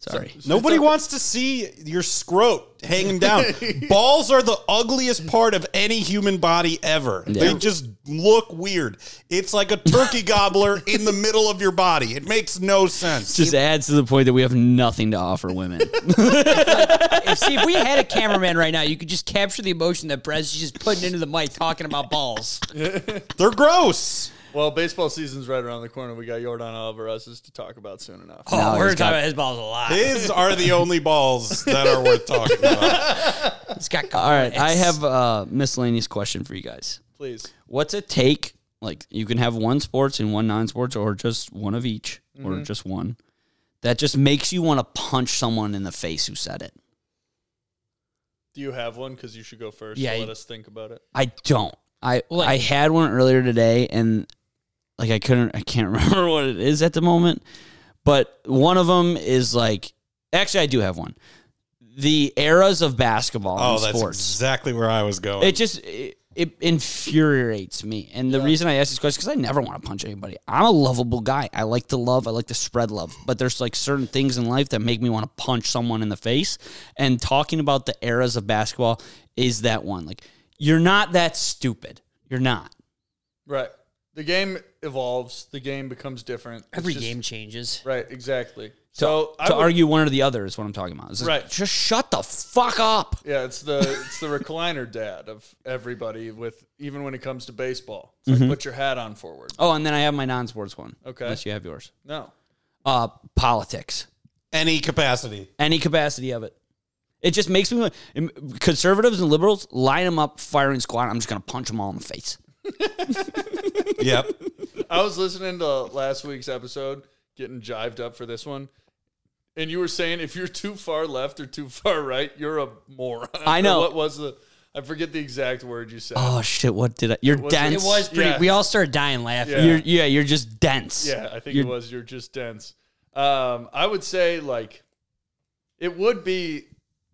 C: Sorry.
E: Nobody wants to see your scrot hanging down. Balls are the ugliest part of any human body ever. They just look weird. It's like a turkey gobbler in the middle of your body. It makes no sense.
C: just adds to the point that we have nothing to offer women.
D: If- see, if we had a cameraman right now, you could just capture the emotion that Brez is just putting into the mic talking about balls.
E: They're gross.
A: Well, baseball season's right around the corner. We got Jordan Alvarez's to talk about soon enough.
D: Oh,
C: he's
D: we're
C: got-
D: talking about his balls a lot.
E: His are the only balls that are worth talking about.
D: It's got
C: All right, I have a miscellaneous question for you guys.
A: Please.
C: What's a take? Like you can have one sports and one non-sports, or just one of each, or just one that just makes you want to punch someone in the face who said it.
A: Do you have one? Because you should go first.
C: Yeah,
A: Let
C: you-
A: us think about it.
C: I don't. I
D: Like-
C: I had one earlier today, and like I couldn't. I can't remember what it is at the moment. But one of them is like. Actually, I do have one. The eras of basketball
E: Oh,
C: and
E: that's
C: sports.
E: exactly where I was going.
C: It just it, it infuriates me. And the reason I ask this question is because I never want to punch anybody. I'm a lovable guy. I like to love. I like to spread love. But there's like certain things in life that make me want to punch someone in the face. And talking about the eras of basketball is that one. Like you're not that stupid. You're not.
A: Right. The game evolves. The game becomes different. It's
D: every
A: just-
D: game changes.
A: Right. Exactly. So I
C: to
A: would-
C: argue one or the other is what I'm talking about. It's just,
A: Right.
C: Just shut the fuck up.
A: Yeah, it's the it's the recliner dad of everybody. With even when it comes to baseball, it's
C: Mm-hmm.
A: like put your hat on forward.
C: Oh, and then I have my non-sports one.
A: Okay.
C: Unless you have yours.
A: No,
C: Uh, politics.
E: any capacity.
C: any capacity of it. It just makes me conservatives and liberals line them up, firing squad. I'm just gonna punch them all in the face.
E: Yep.
A: I was listening to last week's episode, getting jived up for this one, and you were saying if you're too far left or too far right, you're a moron.
C: I
A: Or
C: know.
A: what was the. I forget the exact word you said.
C: Oh shit! What did I? You're
D: It
C: dense.
D: was pretty.
A: Yeah.
D: We all started dying laughing.
A: Yeah.
C: You're, yeah, you're just dense.
A: Yeah, I think
C: You're-
A: it was. You're just dense. Um, I would say like it would be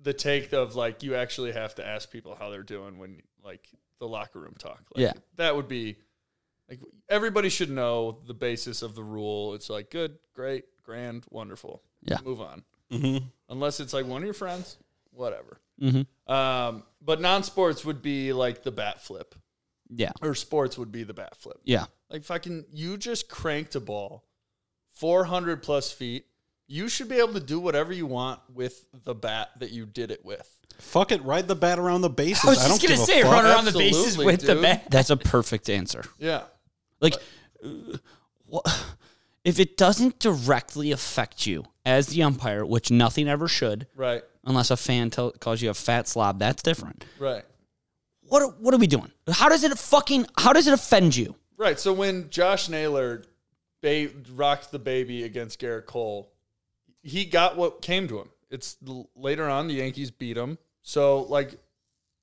A: the take of like you actually have to ask people how they're doing when like the locker room talk. Like,
C: Yeah.
A: that would be like everybody should know the basis of the rule. It's like good, great, grand, wonderful.
C: Yeah.
A: move on. Unless it's like one of your friends, whatever.
C: Mm-hmm.
A: Um, but non-sports would be like the bat flip,
C: yeah,
A: or sports would be the bat flip.
C: yeah.
A: Like fucking, you just cranked a ball, four hundred plus feet. You should be able to do whatever you want with the bat that you did it with.
E: Fuck it. Ride the bat around the bases.
D: I was
E: I
D: just
E: don't
D: gonna
E: give a
D: say,
E: fuck.
D: run around the bases
A: Absolutely,
D: with the
A: dude.
D: bat.
C: That's a perfect answer.
A: Yeah,
C: Like, uh, wha- if it doesn't directly affect you as the umpire, which nothing ever should,
A: right,
C: unless a fan tell, calls you a fat slob, that's different.
A: right,
C: What are- what are we doing? How does it fucking? How does it offend you?
A: right. So when Josh Naylor ba- rocked the baby against Garrett Cole, he got what came to him. It's l- later on the Yankees beat him. So like,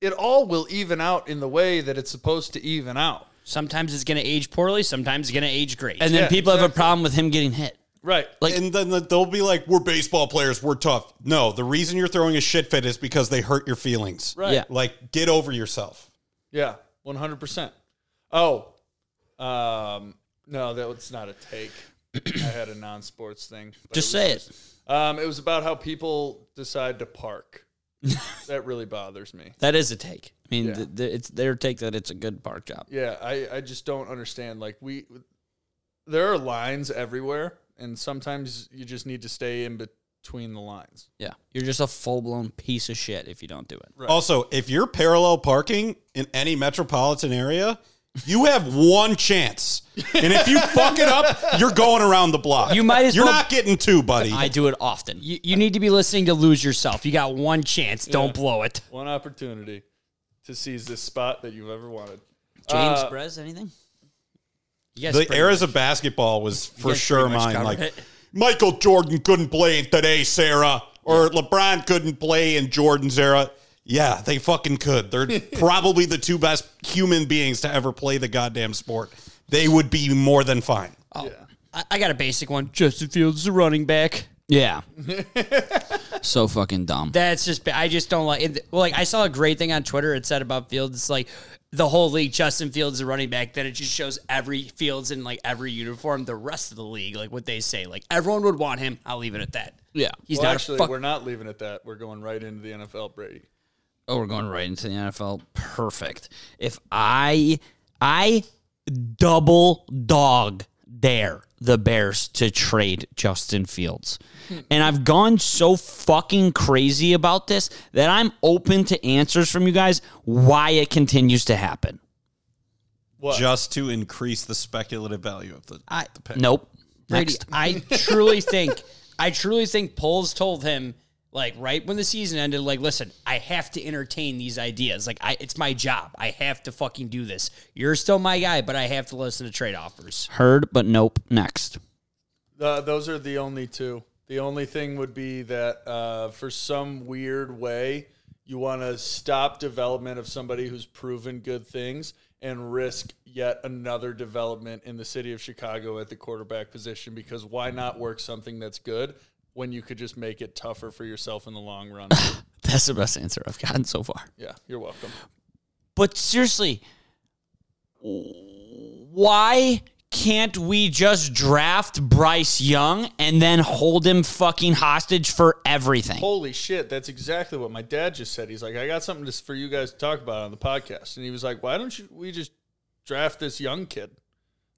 A: it all will even out in the way that it's supposed to even out.
D: Sometimes it's gonna age poorly. Sometimes it's gonna age great.
C: And then
A: Yeah,
C: people have a
A: exactly.
C: problem with him getting hit.
A: Right.
C: Like-
E: and then the, they'll be like, "We're baseball players. We're tough." No, the reason you're throwing a shit fit is because they hurt your feelings.
A: Right.
C: Yeah.
E: Like, get over yourself.
A: Yeah, one hundred percent. Oh, um, no, that was not a take. I had a non-sports thing. but was
C: Just say it.
A: Um, it was about how people decide to park. that really bothers me.
C: That is a take. I mean,
A: Yeah.
C: th- th- it's their take that it's a good park job.
A: Yeah, I, I just don't understand. Like we, there are lines everywhere, and sometimes you just need to stay in between the lines.
C: Yeah, you're just a full blown piece of shit if you don't do it.
E: Also, if you're parallel parking in any metropolitan area, you have one chance. And if you fuck it up, you're going around the block.
D: You might as
E: You're
D: well-
E: not getting two, buddy.
C: I do it often.
D: You, you need to be listening to Lose Yourself. You got one chance. Don't blow it.
A: One opportunity to seize this spot that you've ever wanted.
C: James
A: Uh,
C: Brez, anything?
D: Yes,
E: the eras of basketball was for
D: guys
E: sure
D: pretty much
E: mine.
D: covered
E: Like
D: it.
E: Michael Jordan couldn't play today, Sarah, or LeBron couldn't play in Jordan's era. Yeah, they fucking could. They're probably the two best human beings to ever play the goddamn sport. They would be more than fine.
D: I, I got a basic one. Justin Fields is a running back.
C: Yeah. so fucking dumb.
D: That's just ba- I just don't like. It, well, like I saw a great thing on Twitter. It said about Fields. It's like the whole league. Justin Fields is a running back. Then it just shows every Fields in like every uniform. The rest of the league, like what they say, like everyone would want him. I'll leave it at that.
C: yeah.
D: He's
A: Well,
D: not
A: actually,
D: a fuck.
A: we're not leaving it at that. We're going right into the NFL, Brady.
C: Oh, we're going right into the NFL. Perfect. If I I double dog dare the Bears to trade Justin Fields.
D: Hmm.
C: And I've gone so fucking crazy about this that I'm open to answers from you guys why it continues to happen.
A: What?
E: Just to increase the speculative value of the.
D: I,
C: Nope.
D: Brady,
C: Next.
D: I truly think, I truly think polls told him, like, right when the season ended, like, listen, I have to entertain these ideas. Like, I, it's my job. I have to fucking do this. You're still my guy, but I have to listen to trade offers.
C: Heard but nope. Next.
A: Uh, those are the only two. The only thing would be that uh, for some weird way, you want to stop development of somebody who's proven good things and risk yet another development in the city of Chicago at the quarterback position because why not work something that's good when you could just make it tougher for yourself in the long run?
C: That's the best answer I've gotten so far.
A: yeah, you're welcome.
C: But seriously, why can't we just draft Bryce Young and then hold him fucking hostage for everything?
A: Holy shit, that's exactly what my dad just said. He's like, I got something just for you guys to talk about on the podcast. And he was like, Why don't you we just draft this young kid?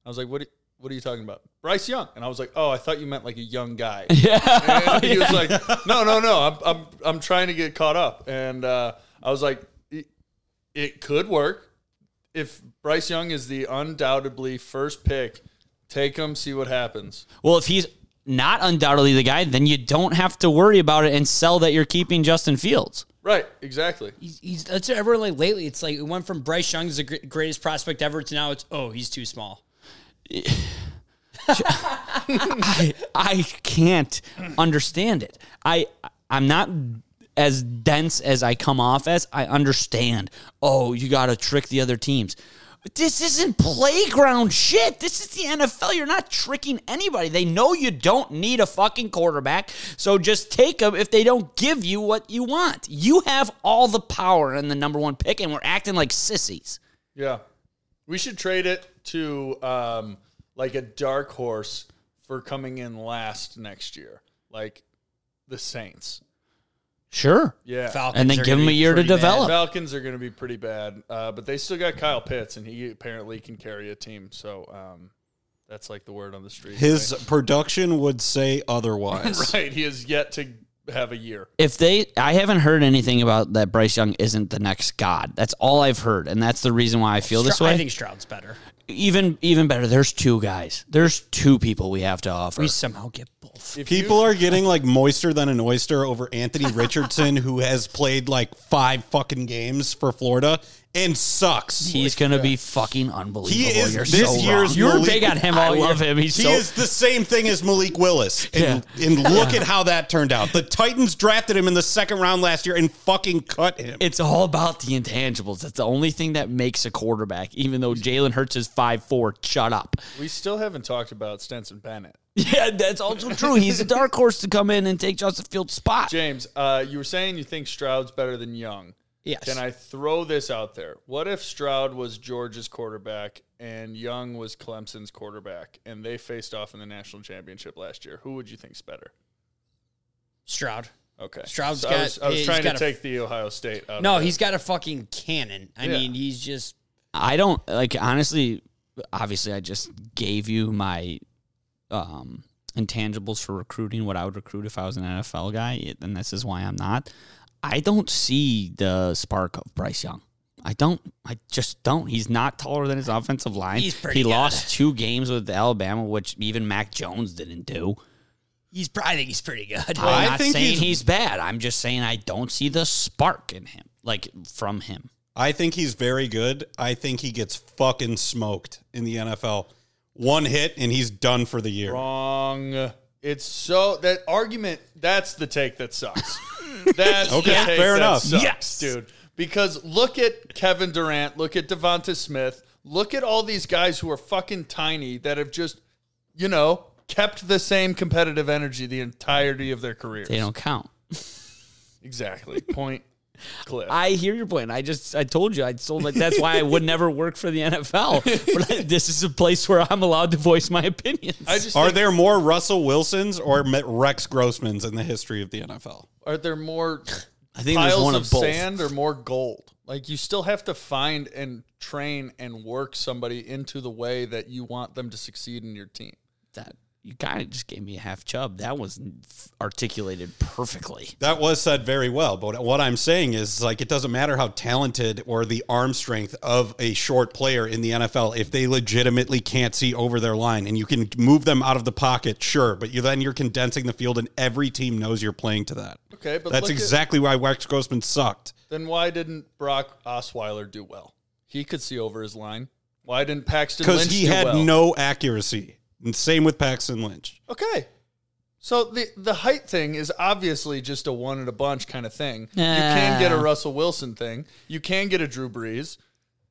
A: I was like, What are, what are you talking about? Bryce Young. And I was like, Oh, I thought you meant like a young guy. Yeah. And he was like, No, no, no. I'm I'm I'm trying to get caught up. And uh, I was like, it, it could work. If Bryce Young is the undoubtedly first pick, take him, see what happens.
C: Well, if he's not undoubtedly the guy, then you don't have to worry about it and sell that you're keeping Justin Fields.
A: Right, exactly.
D: He's, he's that's what everyone like lately. It's like it went from Bryce Young's the gr- greatest prospect ever to now it's oh he's too small.
C: I, I can't understand it. I I'm not as dense as I come off as. I understand. Oh, you got to trick the other teams. But This isn't playground shit. This is the NFL. You're not tricking anybody. They know you don't need a fucking quarterback. So just take them if they don't give you what you want. You have all the power in the number one pick, and we're acting like sissies.
A: Yeah. We should trade it to um, like a dark horse for coming in last next year, like the Saints.
C: Sure.
A: Yeah.
D: Falcons
C: And then
D: are
C: give him
D: gonna
C: a
D: be
C: year to
D: pretty bad.
C: develop.
A: Falcons are going to be pretty bad, uh, but they still got Kyle Pitts, and he apparently can carry a team. So um, that's like the word on the street.
E: His production would say otherwise.
A: right. He is yet to have a year.
C: if they I haven't heard anything about that Bryce Young isn't the next god. That's all I've heard and that's the reason why I feel this
D: Stroud-
C: way.
D: I think Stroud's better.
C: even even better there's two guys. There's two people we have to offer.
D: We somehow get both.
A: If you-
E: People are getting like moister than an oyster over Anthony Richardson, who has played like five fucking games for Florida and sucks.
C: He's going to be fucking unbelievable.
E: He is
C: You're
E: this
C: so
E: year's
C: wrong.
E: You're
C: You're
E: Malik-
C: big
E: big
C: on
E: on
C: him all I love him. He's
E: He
C: so
E: is the same thing as Malik Willis. And, and look at how that turned out. The Titans drafted him in the second round last year and fucking cut him.
C: it's all about the intangibles. That's the only thing that makes a quarterback, even though Jalen Hurts is 5'4. Shut up.
A: we still haven't talked about Stenson Bennett.
C: Yeah, that's also true. He's a dark horse to come in and take Justin Fields' spot.
A: James, uh, you were saying you think Stroud's better than Young.
D: Yes.
A: Can I throw this out there? What if Stroud was Georgia's quarterback and Young was Clemson's quarterback, and they faced off in the national championship last year. Who would you think's better?
D: Stroud.
A: Okay,
D: Stroud's
A: I was,
D: got-
A: I was
D: he's
A: trying to
D: got a-
A: take the Ohio State. Out
D: No,
A: of
D: he's got a fucking cannon. I
A: Yeah.
D: mean, he's just
C: I don't like honestly. Obviously, I just gave you my um, intangibles for recruiting. What I would recruit if I was an NFL guy, and this is why I'm not. I don't see the spark of Bryce Young. I don't. I just don't. He's not taller than his offensive line.
D: He's pretty
C: he
D: good.
C: lost two games with Alabama, which even Mac Jones didn't do.
D: he's probably I think he's pretty good.
C: I'm
E: I
C: not
E: think
C: saying
E: he's-
C: he's, bad. I'm just saying I don't see the spark in him, like from him.
E: I think he's very good. I think he gets fucking smoked in the NFL. One hit and he's done for the year.
A: wrong. It's so that argument. That's the take that sucks. that's
E: Okay,
A: the take
E: fair
A: that
E: enough.
A: Sucks,
C: Yes.
A: dude. Because look at Kevin Durant. Look at Devonta Smith. Look at all these guys who are fucking tiny that have just, you know, kept the same competitive energy the entirety of their careers.
C: They don't count.
A: Exactly. Point. Cliff.
C: I hear your point. I just I told you I told like that's why I would never work for the NFL. But I- this is a place where I'm allowed to voice my opinions.
A: I just
E: Are
A: think-
E: there more Russell Wilsons or Met- Rex Grossmans in the history of the NFL?
A: are there more
C: I think
A: piles of, sand or more gold? Like you still have to find and train and work somebody into the way that you want them to succeed in your team.
C: That you kind of just gave me a half chub. That was articulated perfectly.
E: That was said very well, but what I'm saying is like it doesn't matter how talented or the arm strength of a short player in the NFL if they legitimately can't see over their line and you can move them out of the pocket, sure, but you then you're condensing the field and every team knows you're playing to that.
A: Okay, but
E: That's
A: look at-
E: exactly why Rex Grossman sucked.
A: then why didn't Brock Osweiler do well? He could see over his line. Why didn't Paxton
E: Because
A: Lynch
E: he
A: do
E: had
A: well?
E: no accuracy. And same with Paxton Lynch.
A: Okay. So the the height thing is obviously just a one in a bunch kind of thing. You can get a
C: Nah.
A: Russell Wilson thing. You can get a Drew Brees.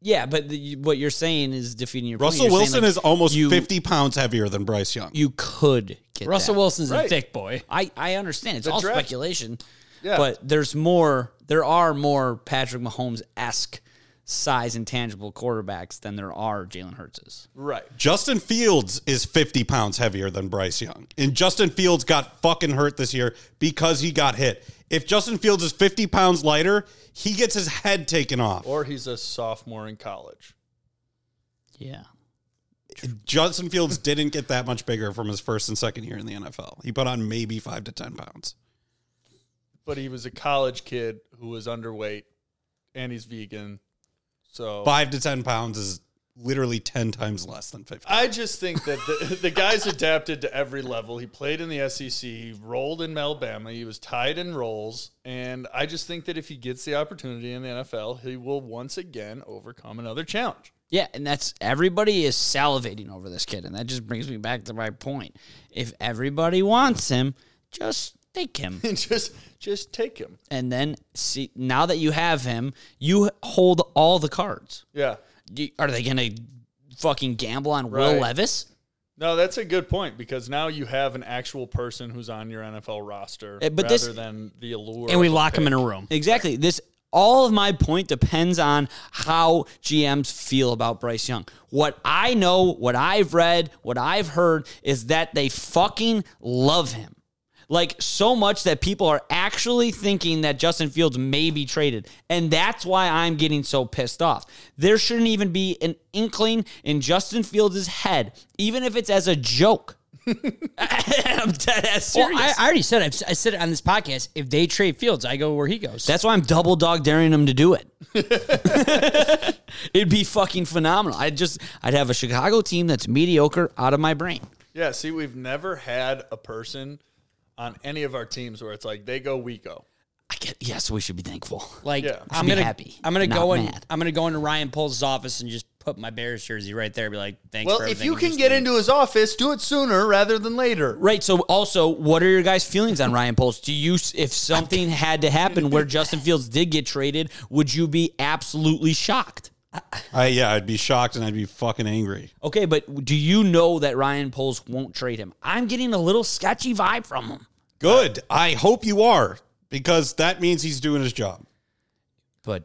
C: Yeah, but the, what you're saying is defeating your point.
E: Russell
C: You're saying,
E: Wilson
C: like,
E: is almost
C: you-
E: 50 pounds heavier than Bryce Young.
C: You could get
D: Russell
C: that.
D: Wilson's
A: Right.
D: a thick boy.
C: I, I understand. It's
A: The
C: all
A: draft-
C: speculation.
A: Yeah.
C: But there's more there are more Patrick Mahomes esque size and tangible quarterbacks than there are Jalen Hurts's.
A: Right.
E: Justin Fields is 50 pounds heavier than Bryce Young. And Justin Fields got fucking hurt this year because he got hit. If Justin Fields is 50 pounds lighter, he gets his head taken off.
A: Or he's a sophomore in college.
C: Yeah.
E: Justin Fields didn't get that much bigger from his first and second year in the NFL. He put on maybe 5 to 10 pounds.
A: But he was a college kid who was underweight and he's vegan. So
E: 5 to 10 pounds is literally 10 times less than 50.
A: I just think that the, the guy's adapted to every level. He played in the SEC, he rolled in Alabama, he was tied in rolls, and I just think that if he gets the opportunity in the NFL, he will once again overcome another challenge.
C: Yeah, and that's everybody is salivating over this kid, and that just brings me back to my point. If everybody wants him, just take him.
A: And just just take him.
C: and then see now that you have him, you hold all the cards.
A: Yeah.
C: Do- Are they gonna fucking gamble on
A: Right.
C: Will Levis?
A: No, that's a good point because now you have an actual person who's on your NFL roster
C: Eh, but
A: rather
C: this-
A: than the allure.
D: And we
A: of a
D: lock him in
A: pick.
D: a room.
C: Exactly. This all of my point depends on how GMs feel about Bryce Young. What I know, what I've read, what I've heard is that they fucking love him. Like so much that people are actually thinking that Justin Fields may be traded. And that's why I'm getting so pissed off. There shouldn't even be an inkling in Justin Fields' head, even if it's as a joke. I'm dead ass serious.
D: Well, I, I already said I've, si said it on this podcast. If they trade Fields, I go where he goes.
C: That's why I'm double dog daring him to do it. It'd be fucking phenomenal. I'd just I'd have a Chicago team that's mediocre out of my brain.
A: Yeah, see, we've never had a person on any of our teams where it's like they go Wico.
C: I get yes, we should be thankful.
D: like
A: Yeah.
D: I'm
C: Be
D: gonna
C: happy,
D: I'm gonna
C: not
D: go in.
C: mad.
D: I'm gonna go into Ryan Pohl's office and just put my Bears jersey right there. and Be like, thanks.
A: Well,
D: for
A: if
D: everything
A: you
D: and
A: can
D: just
A: get
D: leave.
A: into his office, do it sooner rather than later.
C: Right. So also, what are your guys' feelings on Ryan Poles? Do you if something had to happen where Justin Fields did get traded, would you be absolutely shocked?
E: I yeah, I'd be shocked and I'd be fucking angry.
C: Okay, but do you know that Ryan Poles won't trade him? I'm getting a little sketchy vibe from him.
E: Good. I hope you are because that means he's doing his job.
C: But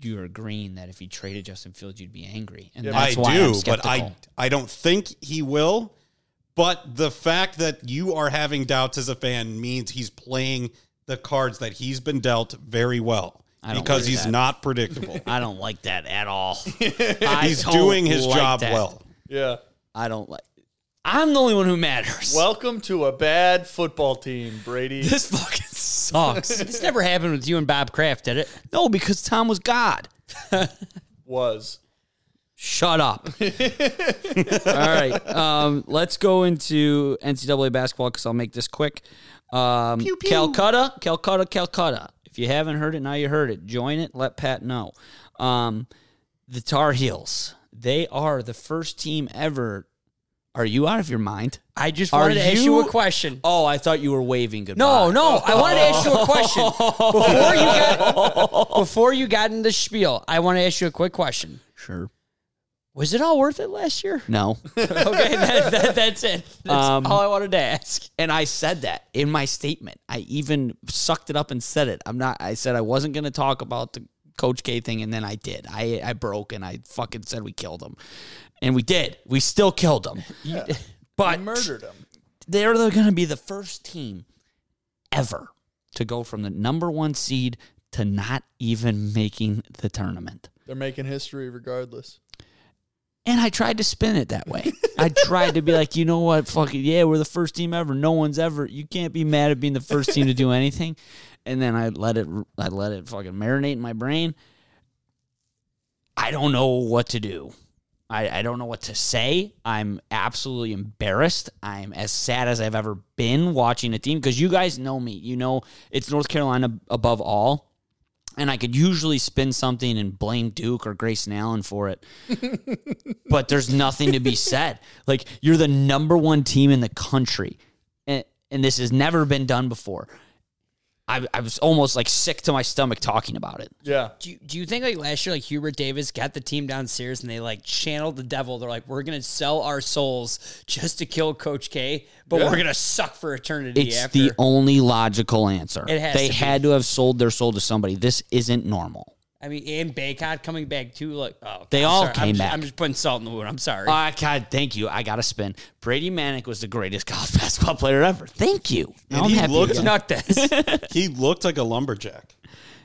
C: you're agreeing that if you traded Justin Fields, you'd be angry, and
E: I
C: that's why I'm
E: do, but
C: skeptical.
E: I I don't think he will. But the fact that you are having doubts as a fan means he's playing the cards that he's been dealt very well
C: don't
E: because
C: like
E: he's
C: that.
E: not predictable.
C: I don't like that at all. I
E: he's
C: don't
E: doing his
C: like
E: job
C: that.
E: well.
A: Yeah.
C: I don't like. I'm the only one who matters.
A: Welcome to a bad football team, Brady.
C: this fucking sucks.
D: This never happened with you and Bob Kraft, did it?
C: no, because Tom was God.
A: was.
D: Shut up. All right. Um, let's go into NCAA basketball because I'll make this quick. Um, Calcutta, Calcutta, Calcutta.
C: If you haven't heard it, now you heard it. Join it. Let Pat know. Um, the Tar Heels. They are the first team ever. Are you out of your mind?
D: I just
C: Are
D: wanted to ask you a
C: you-
D: question.
C: Oh, I thought you were waving goodbye.
D: No, no. I wanted to ask you a question before you got before you got into the spiel. I want to ask you a quick question.
C: Sure.
D: Was it all worth it last year?
C: No.
D: Okay, that, that, that's it. That's
C: Um,
D: all I wanted to ask.
C: and I said that in my statement. I even sucked it up and said it. I'm not. I said I wasn't going to talk about the Coach K thing, and then I did. I I broke and I fucking said we killed him, and we did. We still killed him.
A: I
C: But
A: murdered him.
C: they're going to be the first team ever to go from the number one seed to not even making the tournament.
A: They're making history regardless.
C: And I tried to spin it that way. I tried to be like, you know what, fuck it, yeah, we're the first team ever. No one's ever. You can't be mad at being the first team to do anything. And then I let it, I let it fucking marinate in my brain. I don't know what to do. I, I don't know what to say. I'm absolutely embarrassed. I'm as sad as I've ever been watching a team because you guys know me. You know it's North Carolina above all. And I could usually spin something and blame Duke or Grayson Allen for it but there's nothing to be said. Like you're the number one team in the country, and, and this has never been done before. I, I was almost like sick to my stomach talking about it.
A: Yeah.
D: Do you, do you think like last year, like Hubert Davis got the team downstairs and they like channeled the devil? They're like, we're gonna sell our souls just to kill Coach K, but we're gonna suck for eternity.
C: It's
D: after.
C: the only logical answer.
D: It has
C: they
D: to be.
C: had to have sold their soul to somebody. This isn't normal.
D: I mean, and Baycott coming back too. Like, oh,
C: They
D: I'm
C: all
D: sorry. I'm
C: came
D: just-
C: back.
D: I'm just putting salt in the wound. I'm sorry.
C: Ah, God, thank you. I got to spin. Brady Manic was the greatest college basketball player ever. Thank you. Now
E: And
C: I'm
E: he
C: happy.
E: looked-
C: again.
D: Snuck this.
E: He looked like a lumberjack.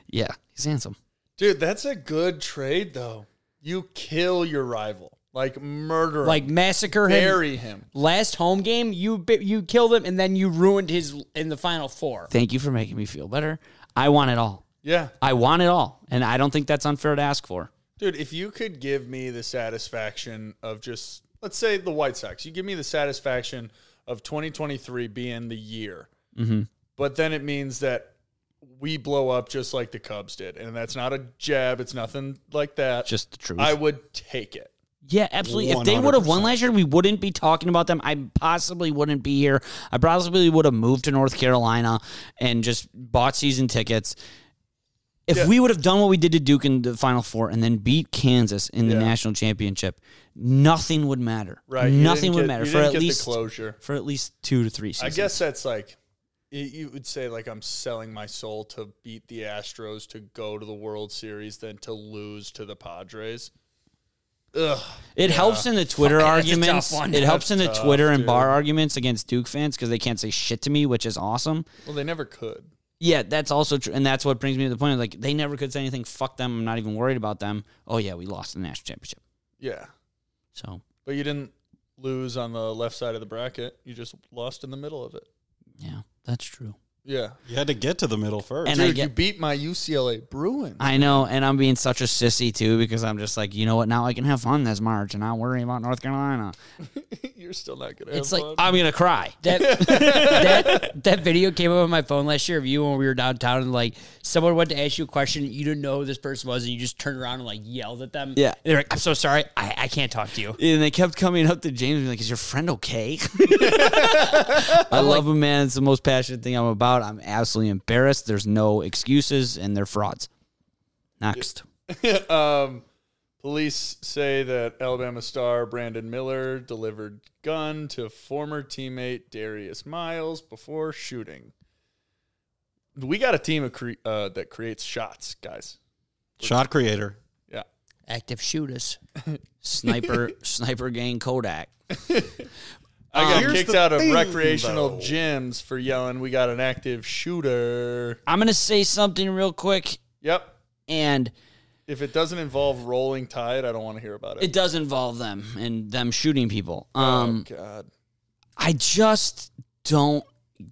C: yeah, he's handsome.
A: Dude, that's a good trade, though. You kill your rival, like murder him,
D: like massacre him.
A: bury him.
D: Last home game, you bi- you killed him, and then you ruined his in the final four.
C: Thank you for making me feel better. I want it all.
A: Yeah.
C: I want it all. And I don't think that's unfair to ask for.
A: Dude, if you could give me the satisfaction of just, let's say the White Sox, you give me the satisfaction of 2023 being the year,
C: Mm-hmm.
A: but then it means that we blow up just like the Cubs did. And that's not a jab, it's nothing like that.
C: Just the truth.
A: I would take it.
C: Yeah, absolutely. If they would have won last year, we wouldn't be talking about them. I possibly wouldn't be here. I possibly would have moved to North Carolina and just bought season tickets. If we would have done what we did to Duke in the Final Four and then beat Kansas in the
A: Yeah.
C: national championship, nothing would matter.
A: Right. You
C: Nothing
A: didn't
C: would
A: get-
C: matter
A: you
C: for
A: didn't
C: at
A: get the
C: least
A: closure.
C: for at least two to three
A: I
C: seasons.
A: guess that's like you- you would say like I'm selling my soul to beat the Astros to go to the World Series than to lose to the Padres. Ugh.
C: It helps in the Twitter
D: Fuck, it's a tough
C: arguments.
D: one.
C: It helps in the
A: That's tough,
C: Twitter and
A: dude.
C: bar arguments against Duke fans because they can't say shit to me, which is awesome.
A: Well, they never could.
C: Yeah, that's also true, and that's what brings me to the point of like they never could say anything. Fuck them. I'm not even worried about them. Oh yeah, we lost the national championship.
A: Yeah.
C: So
A: But you didn't lose on the left side of the bracket. You just lost in the middle of it.
C: yeah, that's true.
A: Yeah.
E: You had to get to the middle first.
C: And
A: Dude,
C: I get,
A: you beat my UCLA Bruins.
C: I know, and I'm being such a sissy too because I'm just like, you know what? Now I can have fun this March and not worry about North Carolina.
A: You're still not gonna.
D: It's
A: have
D: like-
A: fun.
C: I'm gonna cry.
D: That, that that video came up on my phone last year of you when we were downtown and like someone went to ask you a question you didn't know who this person was and you just turned around and like yelled at them.
C: Yeah.
D: And they're like, I'm so sorry, I, I can't talk to you.
C: And they kept coming up to James and being like, "Is your friend okay?" I love him, man. It's the most passionate thing I'm about. I'm absolutely embarrassed. There's no excuses, and they're frauds. Next.
A: um, police say that Alabama star Brandon Miller delivered gun to former teammate Darius Miles before shooting. We got a team of cre- uh, that creates shots, guys.
E: Shot creator.
A: Yeah.
D: Active shooters.
C: Sniper Sniper Gang Kodak.
A: I got
E: here's
A: kicked
E: the
A: out of
E: thing,
A: recreational
E: though.
A: gyms for yelling, we got an active shooter.
C: I'm gonna say something real quick,
A: Yep.
C: and
A: If it doesn't involve rolling tide, I don't want to hear about it.
C: it does involve them and them shooting people. Um,
A: oh, God.
C: I just don't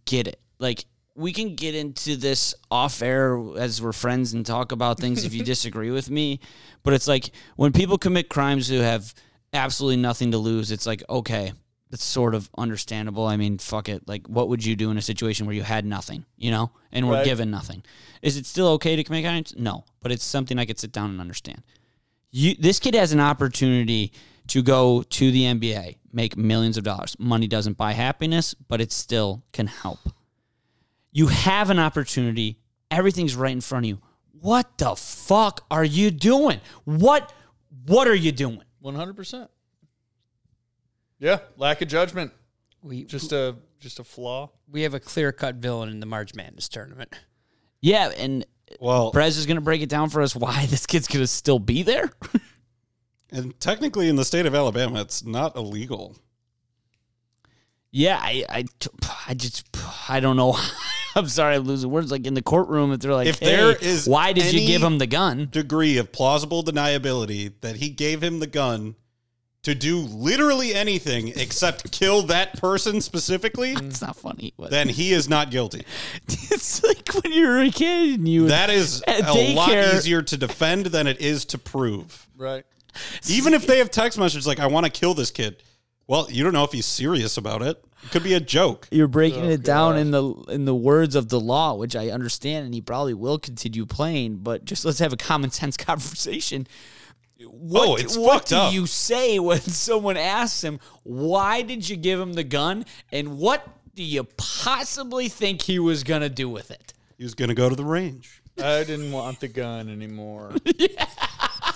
C: get it. Like we can get into this off air as we're friends and talk about things if you disagree with me, but it's like when people commit crimes who have absolutely nothing to lose, it's like okay, it's sort of understandable. I mean, fuck it. Like what would you do in a situation where you had nothing, you know, and were
A: Right.
C: given nothing? Is it still okay to commit crimes? No, but it's something I could sit down and understand you this kid has an opportunity to go to the NBA, make millions of dollars. Money doesn't buy happiness, but it still can help. You have an opportunity. Everything's right in front of you. What the fuck are you doing? What what are you doing?
A: 100%. Yeah. Lack of judgment.
D: We
A: Just a just a flaw.
D: we have a clear cut villain in the March Madness tournament.
C: Yeah, and
E: Well,
C: Prez is going to break it down for us why this kid's going to still be there.
E: and technically in the state of Alabama, it's not illegal.
C: yeah, I, I t- I just I don't know. I'm sorry, I'm losing words. Like in the courtroom, if they're like,
E: If
C: "Hey,
E: there is
C: why did you
E: any-
C: give him the gun?"
E: Degree of plausible deniability that he gave him the gun to do literally anything except kill that person specifically,
D: Mm.
C: It's not funny. but-
E: then he is not guilty.
C: it's like when you were a kid and you
E: That is
C: At
E: a lot
C: daycare.
E: easier to defend than it is to prove.
A: Right.
E: Even if they have text messages like, I want to kill this kid. Well, you don't know if he's serious about it. It could be a joke.
C: you're breaking
A: Oh,
C: it down
A: God.
C: in the in the words of the law, which I understand, and he probably will continue playing. But just let's have a common sense conversation. What,
E: Oh, it's
C: what
E: fucked
C: do
E: up.
C: you say when someone asks him why did you give him the gun, and what do you possibly think he was gonna do with it?
E: He was going to go to the range.
A: I didn't want the gun anymore.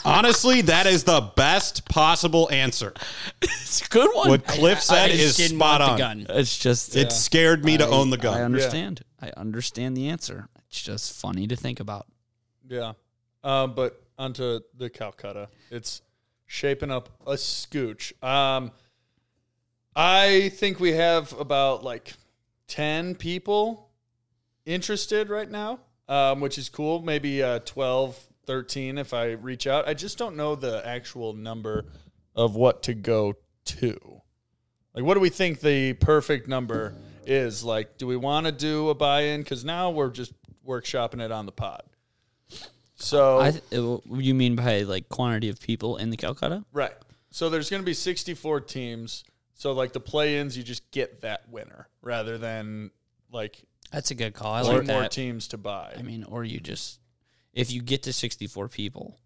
E: Honestly, that is the best possible answer.
C: It's a good one.
E: What Cliff said
D: I
E: is
D: just didn't
E: spot
D: want
E: on.
D: the gun.
C: it's just
E: It scared me to own the
C: I
E: gun.
C: understand. I understand the answer. It's just funny to think about.
A: yeah. Um, but onto the Calcutta. It's shaping up a scooch. Um, I think we have about like 10 people interested right now, um, which is cool. Maybe uh, 12, 13 if I reach out. I just don't know the actual number of what to go to. Like, what do we think the perfect number is? Like, do we want to do a buy in? Because now we're just workshopping it on the pod. So,
C: I th- uh, you mean by like quantity of people in the Calcutta?
A: right. So, there's going to be 64 teams. So, like, the play ins, you just get that winner rather than like
D: That's a good call. I
A: two
D: like
A: more
D: that.
A: teams to buy.
C: I mean, or you just if you get to sixty four people,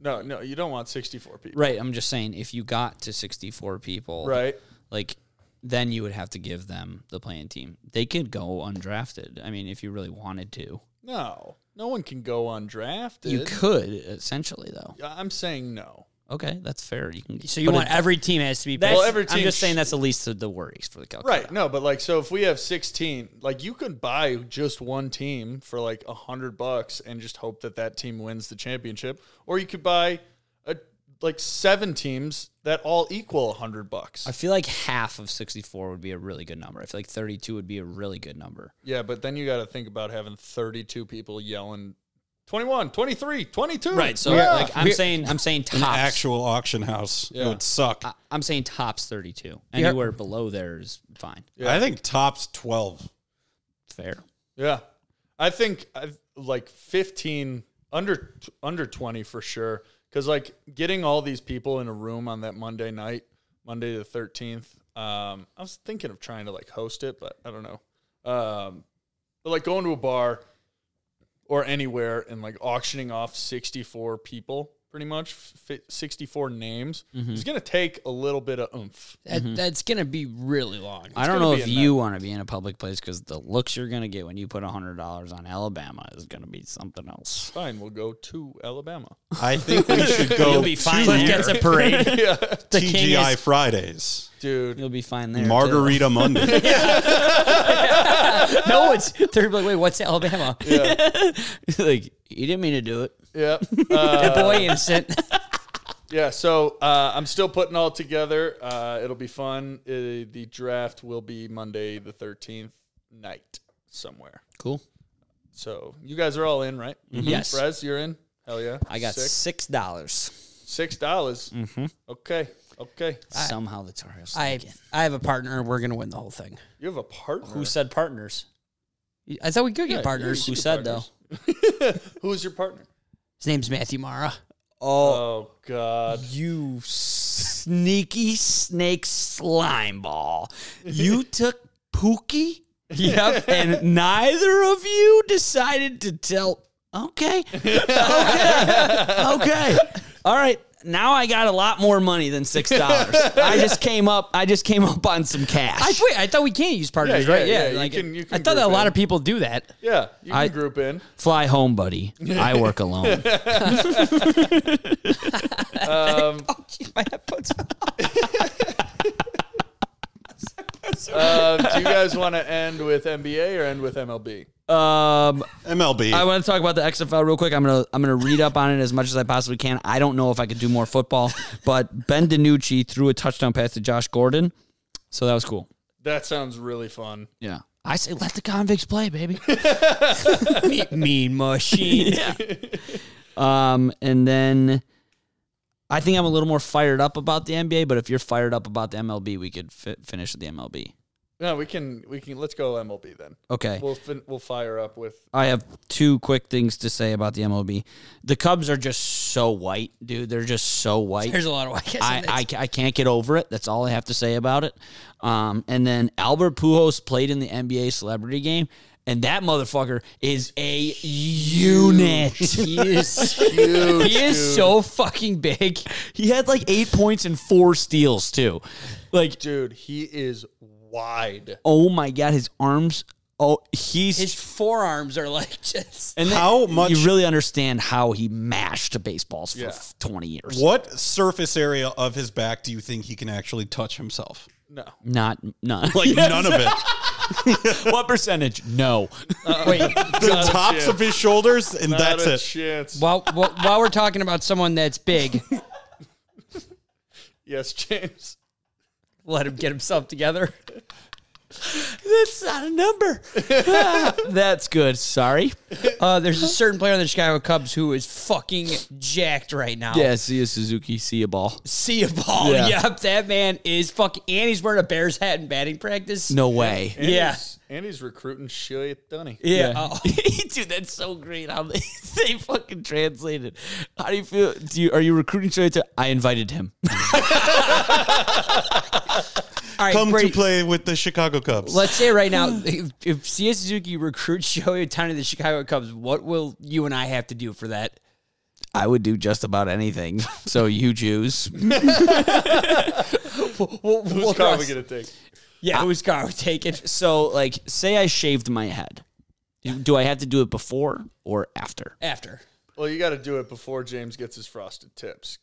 A: no, no, you don't want 64 people.
C: right? I'm just saying if you got to sixty four people,
A: Right.
C: Like then you would have to give them the playing team. They could go undrafted. I mean, if you really wanted to,
A: No, no one can go undrafted.
C: you could essentially though.
A: I'm saying no.
C: Okay, that's fair. You can.
D: So you
C: but
D: want
C: it-
D: every team has to be.
C: that's-
A: Well, every
C: I'm
A: team
C: just saying
A: sh-
C: that's the least of the worries for the Calcutta.
A: Right. No, but like, so if we have 16, like you could buy just one team for like a hundred bucks and just hope that that team wins the championship, or you could buy a, like seven teams that all equal a hundred bucks.
C: I feel like half of 64 would be a really good number. I feel like 32 would be a really good number.
A: yeah. But then you got to think about having 32 people yelling 21, 23, 22.
C: Right. So
A: Yeah.
C: like I'm saying I'm saying tops.
E: Actual auction house.
A: Yeah.
E: It would suck.
C: I'm saying tops 32. Anywhere below there is fine.
E: I think tops 12.
C: Fair.
A: Yeah, I think I've like fifteen under under twenty for sure. Because like getting all these people in a room on that Monday night, Monday the thirteenth. Um, I was thinking of trying to like host it, but I don't know. Um, but like going to a bar or anywhere and like auctioning off sixty four people, pretty much sixty four names, is gonna take a little bit of oomph.
D: That, That's gonna be really long.
C: I don't
A: gonna
C: know
A: be
C: if
A: a
C: you want to be in a public place because the looks you're going to get when you put $100 on Alabama is going to be something else.
A: Fine, we'll go to Alabama.
E: I think we should go
C: You'll be fine
E: to
C: there. a parade.
A: yeah,
C: the king
E: TGI
C: is-
E: Fridays,
A: dude.
C: You'll be fine there. too.
E: Margarita Monday.
D: no, it's they're like, wait, what's Alabama?
C: like, you didn't mean to do it.
A: Yep. Uh,
D: boy instant.
A: yeah. So uh, I'm still putting all together. Uh, it'll be fun. Uh, the draft will be Monday the 13th night somewhere.
C: Cool.
A: So you guys are all in, right?
D: Yes.
A: Prez, you're in. Hell yeah.
C: Mm-hmm. I got Mm-hmm.
A: six
C: six dollars.
A: six dollars. Okay. Okay.
C: Somehow the Tar Heels.
D: I I have a partner. We're gonna win the whole thing.
A: You have a partner.
C: Who said partners?
D: I thought we could get partners.
C: Who said though?
A: Who's your partner?
D: His name's Matthew Mara.
A: Oh God.
C: You sneaky snake slime ball. You took Pookie? Yep. And neither of you decided to tell. Okay. Okay. Okay. All right. Now I got a lot more money than six dollars. I just came up. I just came up on some cash.
D: I, wait, I thought we can't use partners,
A: Yeah, yeah,
D: right?
A: yeah, you
D: like
A: can-
D: it-
A: you can
D: I thought that a
A: group
D: lot
A: in.
D: of people do that.
A: Yeah. You can
C: I-
A: group in.
C: Fly home, buddy. I work alone.
D: Oh, geez, my headphones.
A: Uh, do you guys want to end with NBA or end with MLB?
C: Um,
E: MLB.
C: I want to talk about the XFL real quick. I'm gonna I'm gonna read up on it as much as I possibly can. I don't know if I could do more football, but Ben DiNucci threw a touchdown pass to Josh Gordon, so that was cool.
A: That sounds really fun.
C: Yeah, I say let the convicts play, baby.
D: mean, mean machine.
C: um, and then I think I'm a little more fired up about the NBA. But if you're fired up about the MLB, we could fi- finish with the MLB.
A: No, we can. We can. Let's go MLB then.
C: Okay.
A: We'll fin- we'll fire up with.
C: I have two quick things to say about the MLB. The Cubs are just so white, dude. They're just so white.
D: There's a lot of white guys.
C: I,
D: in
C: I,
D: this.
C: I can't get over it. That's all I have to say about it. Um, and then Albert Pujols played in the NBA Celebrity Game, and that motherfucker is a unit.
D: he is huge. He is so fucking big.
C: he had like eight points and four steals too. Like,
A: Dude, he is wide.
C: oh my god, his arms. Oh, he's
D: His forearms are like just.
C: and then
E: How much-
C: You really understand how he mashed baseballs for
A: Yeah.
C: f- twenty years.
E: what surface area of his back do you think he can actually touch himself?
A: No.
C: Not, not
E: Like none of it.
C: what percentage? No.
D: Wait,
E: The tops
A: chance.
E: of his shoulders, and
A: Not
E: that's
A: a
E: it.
A: chance.
D: while, while while we're talking about someone that's big,
A: Yes, James.
D: let him get himself together.
C: That's not a number. That's good. Sorry.
D: Uh, there's a certain player on the Chicago Cubs who is fucking jacked right now.
C: see a Suzuki, see a ball.
D: See a ball.
C: Yeah.
D: Yep, that man is fucking. And he's wearing a Bears hat in batting practice.
C: No way.
A: And
D: Yeah.
A: he's- And he's recruiting shit, Dunny.
D: Yeah. Oh.
C: Dude, that's so great. How they, they fucking translated. How do you feel? Do you are you recruiting straight to? I invited him.
D: All right,
E: Come
D: Brady,
E: to play with the Chicago Cubs.
D: Let's say right now, if, if CS Suzuki recruits Shohei Otani to the Chicago Cubs, what will you and I have to do for that?
C: I would do just about anything. So you Jews.
D: Well,
A: Who's car we gonna take?
D: Yeah, who's car we taking?
C: So like, say I shaved my head. Do- Do I have to do it before or after?
D: After.
A: Well, you got to do it before James gets his frosted tips.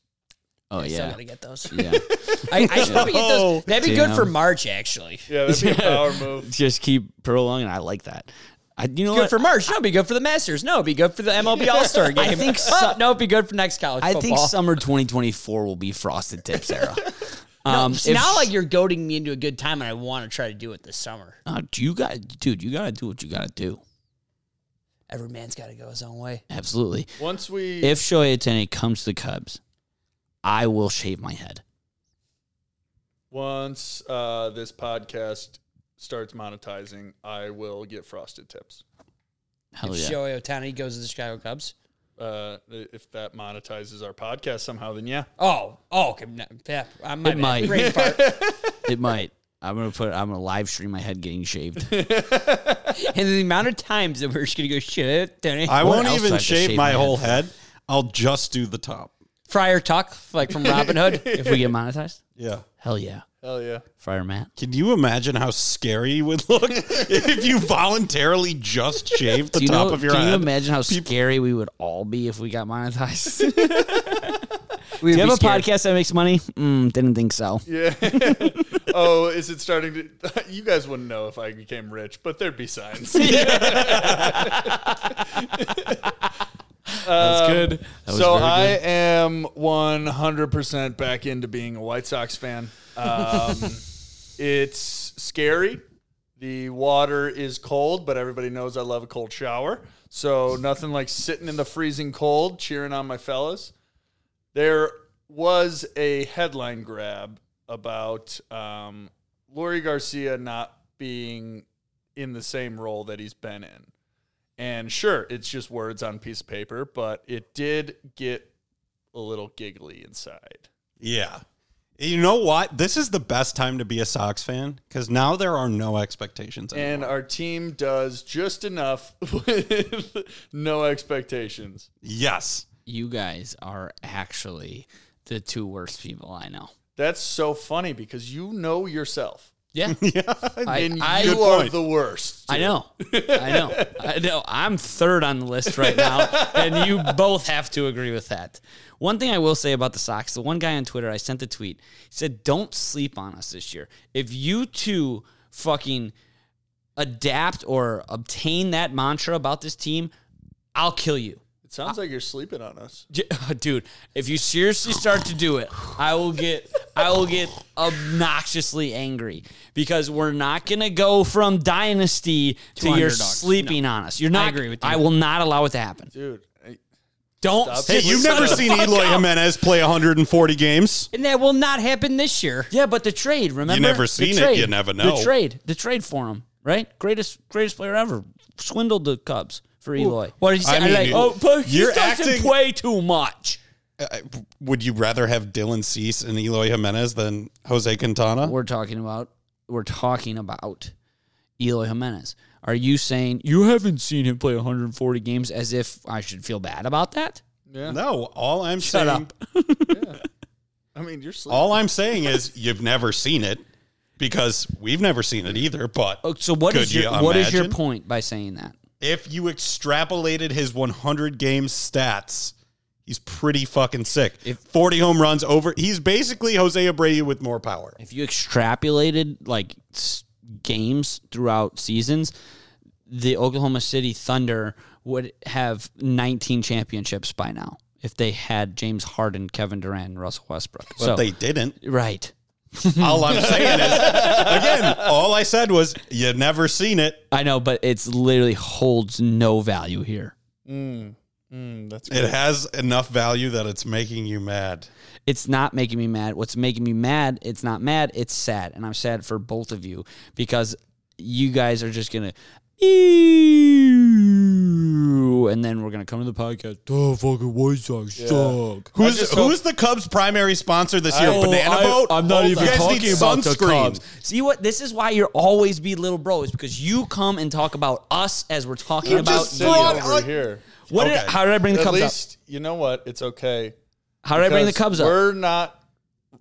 C: Oh yeah.
D: Somebody get those.
C: Yeah.
D: I, I should probably get those. That'd be good for
C: Damn.
D: March, actually.
A: Yeah, that'd be a power move.
C: Just keep prolonging. I like that. I, you know
D: Good
C: what?
D: for March. No, it'd be good for the Masters. No, it'd be good for the MLB All Star game.
C: think
D: Oh,
C: so-
D: no, it'd be good for next college
C: I
D: football.
C: think summer 2024 will be frosted tips era. Um,
D: It's
C: if-
D: not like you're goading me into a good time, and I want to try to do it this summer.
C: Uh, you got, dude, you got to do what you got to do.
D: Every man's got to go his own way.
C: Absolutely.
A: Once we,
C: If Shohei Otani comes to the Cubs, I will shave my head.
A: once uh, this podcast starts monetizing, I will get frosted tips.
C: Hell yeah.
D: Shohei Otani goes to the Chicago Cubs.
A: Uh, if that monetizes our podcast somehow, then yeah.
D: Oh, oh, okay. no, yeah, I might.
C: might.
D: Brain fart.
C: it might. I'm gonna put. I'm gonna live stream my head getting shaved.
D: and the amount of times that we're just gonna go shit, Tony.
E: I
C: What
E: won't
C: else do I
E: even
C: have to
E: shave,
C: shave
E: my,
C: my
E: whole head. I'll just do the top.
D: Friar Tuck, like from Robin Hood.
C: if we get monetized,
E: Yeah.
C: hell yeah,
A: Hell yeah.
C: Friar Matt.
E: Can you imagine how scary you would look if you voluntarily just shaved the
C: Do you
E: top
C: know,
E: of your
C: can
E: head?
C: you imagine how scary we would all be if we got monetized?
D: We
C: Do you have a
D: scared.
C: podcast that makes money? Mm, didn't think so.
A: Yeah. oh, is it starting to? You guys wouldn't know if I became rich, but there'd be signs. That's Um,
C: good. That was
A: so
C: very
A: I
C: good.
A: am 100% back into being a White Sox fan. Um, it's scary. The water is cold, but everybody knows I love a cold shower. So nothing like sitting in the freezing cold cheering on my fellas. There was a headline grab about um, Lori Garcia not being in the same role that he's been in. And sure, it's just words on a piece of paper, but it did get a little giggly inside.
E: Yeah. You know what? This is the best time to be a Sox fan because now there are no
C: Oh,
E: expectations. anymore.
A: And our team does just enough with no expectations.
E: yes.
C: You guys are actually the two worst people I know.
A: That's so funny because you know yourself.
C: Yeah.
E: Yeah.
A: And
C: I-
A: you
E: Good
A: are
E: point.
A: the worst.
C: I know. I know. I know. I'm third on the list right now, and you both have to agree with that. One thing I will say about the Sox, the one guy on Twitter, I sent a tweet. He said, Don't sleep on us this year. If you two fucking adapt or obtain that mantra about this team, I'll kill you.
A: It sounds like you're sleeping on us.
C: J- Dude, if you seriously start to do it, I will get I will get obnoxiously angry because we're not going to go from dynasty to, you're
D: underdogs.
C: sleeping on us. You're not.
D: agree with you.
C: I will not allow it to happen.
A: Dude, I-
C: Don't.
A: Stop.
E: Hey,
C: sleep-
E: you've never
C: Shut the
E: seen
C: fuck
E: Eloy
C: up.
E: Jimenez play 140 games.
D: And that will not happen this year.
C: Yeah, but the trade. Remember,
E: never
C: The
E: seen it,
C: trade.
E: you never
C: The
E: know.
C: trade. The trade for him. Right. Greatest greatest player ever. Swindled the Cubs for Eloy.
D: What did you say?
E: I
D: I
E: mean,
D: like,
E: it-
D: oh,
C: Oh, but he
E: You're
C: doesn't
E: acting-
C: play too much.
E: Uh, Would you rather have Dylan Cease and Eloy Jimenez than Jose Quintana?
C: we're talking about we're talking about Eloy Jimenez. Are you saying you haven't seen him play 140 games as if I should feel bad about that?
E: no. All I'm
C: Shut
E: saying,
C: up.
A: I mean, you're sleeping.
E: all I'm saying is you've never seen it because we've never seen it either. But
C: Oh, So what
E: Could
C: is your
E: you
C: what is your
E: imagine?
C: point by saying that?
E: if you extrapolated his 100 game stats, he's pretty fucking sick. 40 home runs over, he's basically Jose Abreu with more power.
C: If you extrapolated like s- games throughout seasons, the Oklahoma City Thunder would have 19 championships by now if they had James Harden, Kevin Durant, and Russell Westbrook.
E: But
C: so
E: they didn't.
C: right.
E: All I'm saying is, again, all I said was you've never seen it.
C: I know, but it's literally holds no value here.
A: That's
E: It has enough value that it's making you mad.
C: it's not making me mad. What's making me mad, it's not mad, it's sad. And I'm sad for both of you because you guys are just going to, and then we're going to come to the podcast. Oh, fucking White Sox suck.
E: Who's
A: just hope-
E: who's the Cubs' primary sponsor this year? Banana
C: Oh, I-
E: Boat.
C: I'm not
E: You
C: even
E: guys
C: talking
E: need
C: about the
E: sunscreen.
C: Cubs. See what? This is why you're always be little bro is because you come and talk about us as we're talking
E: You
C: about
E: just
C: you.
A: City
E: brought
A: over
E: up-
A: here.
C: What did,
E: Okay.
C: how did I bring the
A: At
C: Cubs
A: least, you know what? It's okay.
C: up? How did I bring the
A: Because
C: Cubs up?
A: We're not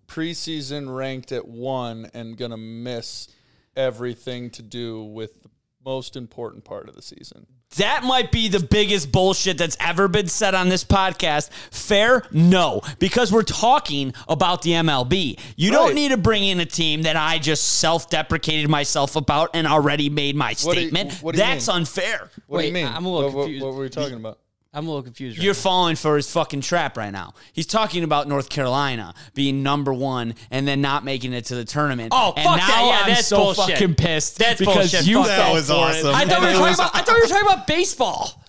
A: preseason ranked at one and gonna miss everything to do with the most important part of the season.
C: That might be the biggest bullshit that's ever been said on this podcast. Fair? No, because we're talking about the MLB. You
A: Right.
C: don't need to bring in a team that I just self-deprecated myself about and already made my
A: What do you-
C: statement.
A: what do you
C: that's
A: mean?
C: unfair.
A: What do you
D: Wait,
A: mean?
D: I'm a little
A: what, what-
D: confused.
A: What, were we talking about?
D: I'm a little confused. Right
C: You're falling for his fucking trap right now. He's talking about North Carolina being number one and then not making it to the tournament.
D: Oh,
C: and
D: fuck
C: now
D: that. Yeah,
C: I'm
D: that's
C: so
D: bullshit.
C: fucking pissed.
D: That's
C: because
D: bullshit.
C: you
D: Fuck
C: fell
E: That was
C: for it.
E: awesome.
D: I thought we
C: And
D: were
C: it
D: talking
C: was-
D: about. I thought we were talking about baseball.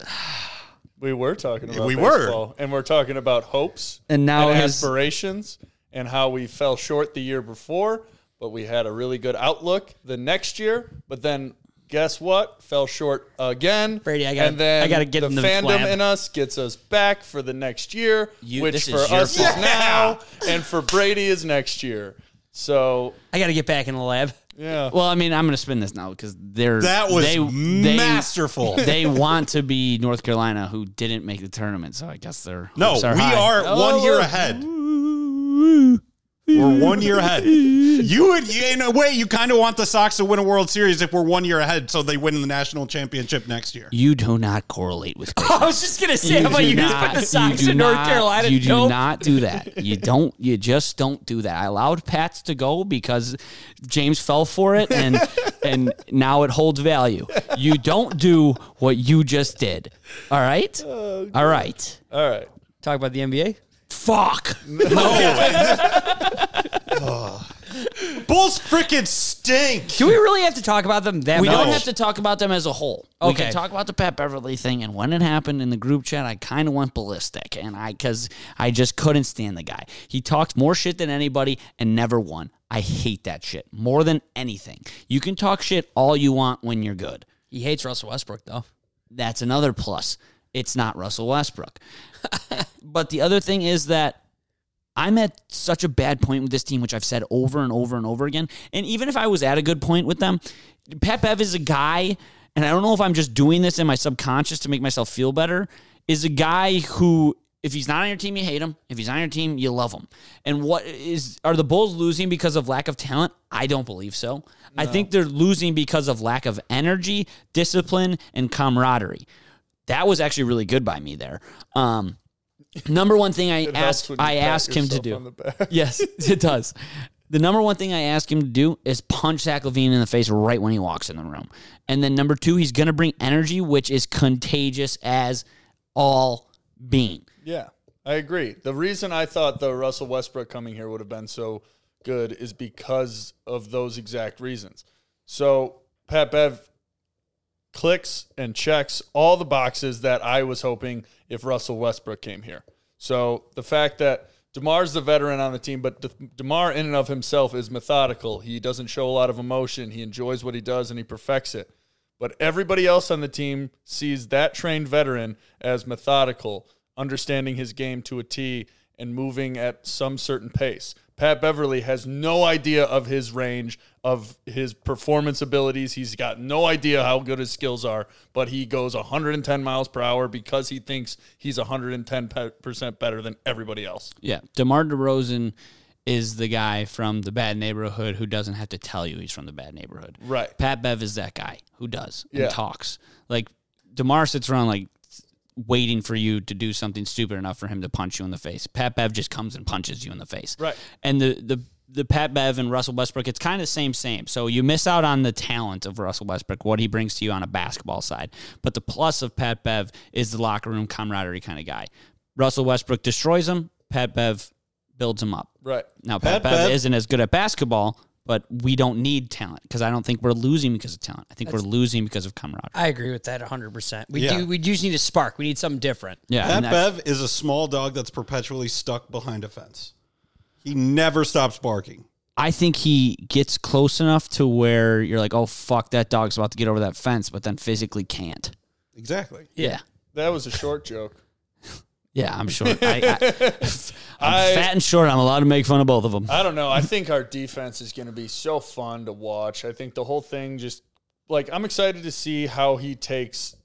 A: We were talking about
E: We were.
A: baseball, and we're talking about hopes
C: And now his-
A: aspirations and how we fell short the year before, but we had a really good outlook the next year. But then guess what? Fell short again.
D: Brady, I gotta-
A: and then
D: I gotta get
A: the
D: in the
A: fandom
D: lab.
A: in us gets us back for the next year,
C: You-
A: which
C: this
A: for
C: is your
A: us
C: fault.
A: is now, and for Brady is next year. So
D: I got to get back in the lab.
A: yeah,
C: Well, I mean, I'm going to spin this now because they're
E: That was
C: they, they-
E: masterful.
C: They, want to be North Carolina, who didn't make the tournament, so I guess they're
E: no,
C: hopes are
E: we
C: high.
E: are one year ahead. We're one year ahead. You would, you- in a way, you kind of want the Sox to win a World Series if we're one year ahead, so they win the national championship next year.
C: You do not correlelate with.
D: I was just gonna say, how about
C: do
D: you just
C: not-
D: put the Sox
C: you do
D: in North
C: not-
D: Carolina?
C: You do
D: Nope.
C: not do that. You don't. You just don't do that. I allowed Pats to go because James fell for it, and and now it holds value. You don't do what you just did. All right.
D: Oh,
C: All right.
A: All right.
D: Talk about the NBA.
C: Fuck.
E: Bulls freaking stink.
D: Do we really have to talk about them that
C: We
D: much?
C: don't have to talk about them as a whole. We
D: Okay.
C: can talk about the Pat Beverly thing and when it happened in the group chat. I kind of went ballistic, and I because I just couldn't stand the guy. He talked more shit than anybody and never won. I hate that shit more than anything. You can talk shit all you want when you're good.
D: He hates Russell Westbrook though.
C: That's another plus. It's not Russell Westbrook. but the other thing is that I'm at such a bad point with this team, which I've said over and over and over again. And even if I was at a good point with them, Pat Bev is a guy, and I don't know if I'm just doing this in my subconscious to make myself feel better, is a guy who if he's not on your team, you hate him. If he's on your team, you love him. And what is are the Bulls losing because of lack of talent? I don't believe so. I think they're losing because of lack of energy, discipline, and camaraderie. That was actually really good by me there. Um, number one thing I
A: Helps
C: asked
A: when you
C: I
A: pat
C: asked him to
A: yourself on
C: do.
A: the back.
C: Yes, it does. The number one thing I ask him to do is punch Zach Levine in the face right when he walks in the room. And then number two, he's going to bring energy, which is contagious as all being.
A: Yeah, I agree. The reason I thought the Russell Westbrook coming here would have been so good is because of those exact reasons. So Pat Bev clicks and checks all the boxes that I was hoping if Russell Westbrook came here. So the fact that DeMar's the veteran on the team, but De- DeMar in and of himself is methodical. He doesn't show a lot of emotion. He enjoys what he does and he perfects it. But everybody else on the team sees that trained veteran as methodical, understanding his game to a T and moving at some certain pace. Pat Beverly has no idea of his range, of his performance abilities. He's got no idea how good his skills are, but he goes 110 miles per hour because he thinks he's 110% better than everybody else.
C: Yeah. DeMar DeRozan is the guy from the bad neighborhood who doesn't have to tell you he's from the bad neighborhood.
A: Right.
C: Pat Bev is that guy who does and
A: Yeah.
C: talks. Like DeMar sits around like waiting for you to do something stupid enough for him to punch you in the face. Pat Bev just comes and punches you in the face.
A: Right.
C: And the the the Pat Bev and Russell Westbrook, it's kind of same same. So you miss out on the talent of Russell Westbrook, what he brings to you on a basketball side. But the plus of Pat Bev is the locker room camaraderie kind of guy. Russell Westbrook destroys him. Pat Bev builds him up.
A: Right.
C: Now Pat,
E: Pat
C: Bev,
E: Bev-
C: isn't as good at basketball, but we don't need talent because I don't think we're losing because of talent. I think we're losing because of camaraderie.
D: I agree with that 100. percent We
E: Yeah.
D: do. We just need a spark. We need something different.
C: Yeah,
E: Pat
C: and that's-
E: Bev is a small dog that's perpetually stuck behind a fence. He never stops barking.
C: I think he gets close enough to where you're like, oh fuck, that dog's about to get over that fence, but then physically can't.
E: Exactly.
C: Yeah,
A: That was a short joke.
C: yeah, I'm sure. I, I,
A: I-
C: I'm fat and short. I'm allowed to make fun of both of them.
A: I don't know. I think our defense is going to be so fun to watch. I think the whole thing just like I'm excited to see how he takes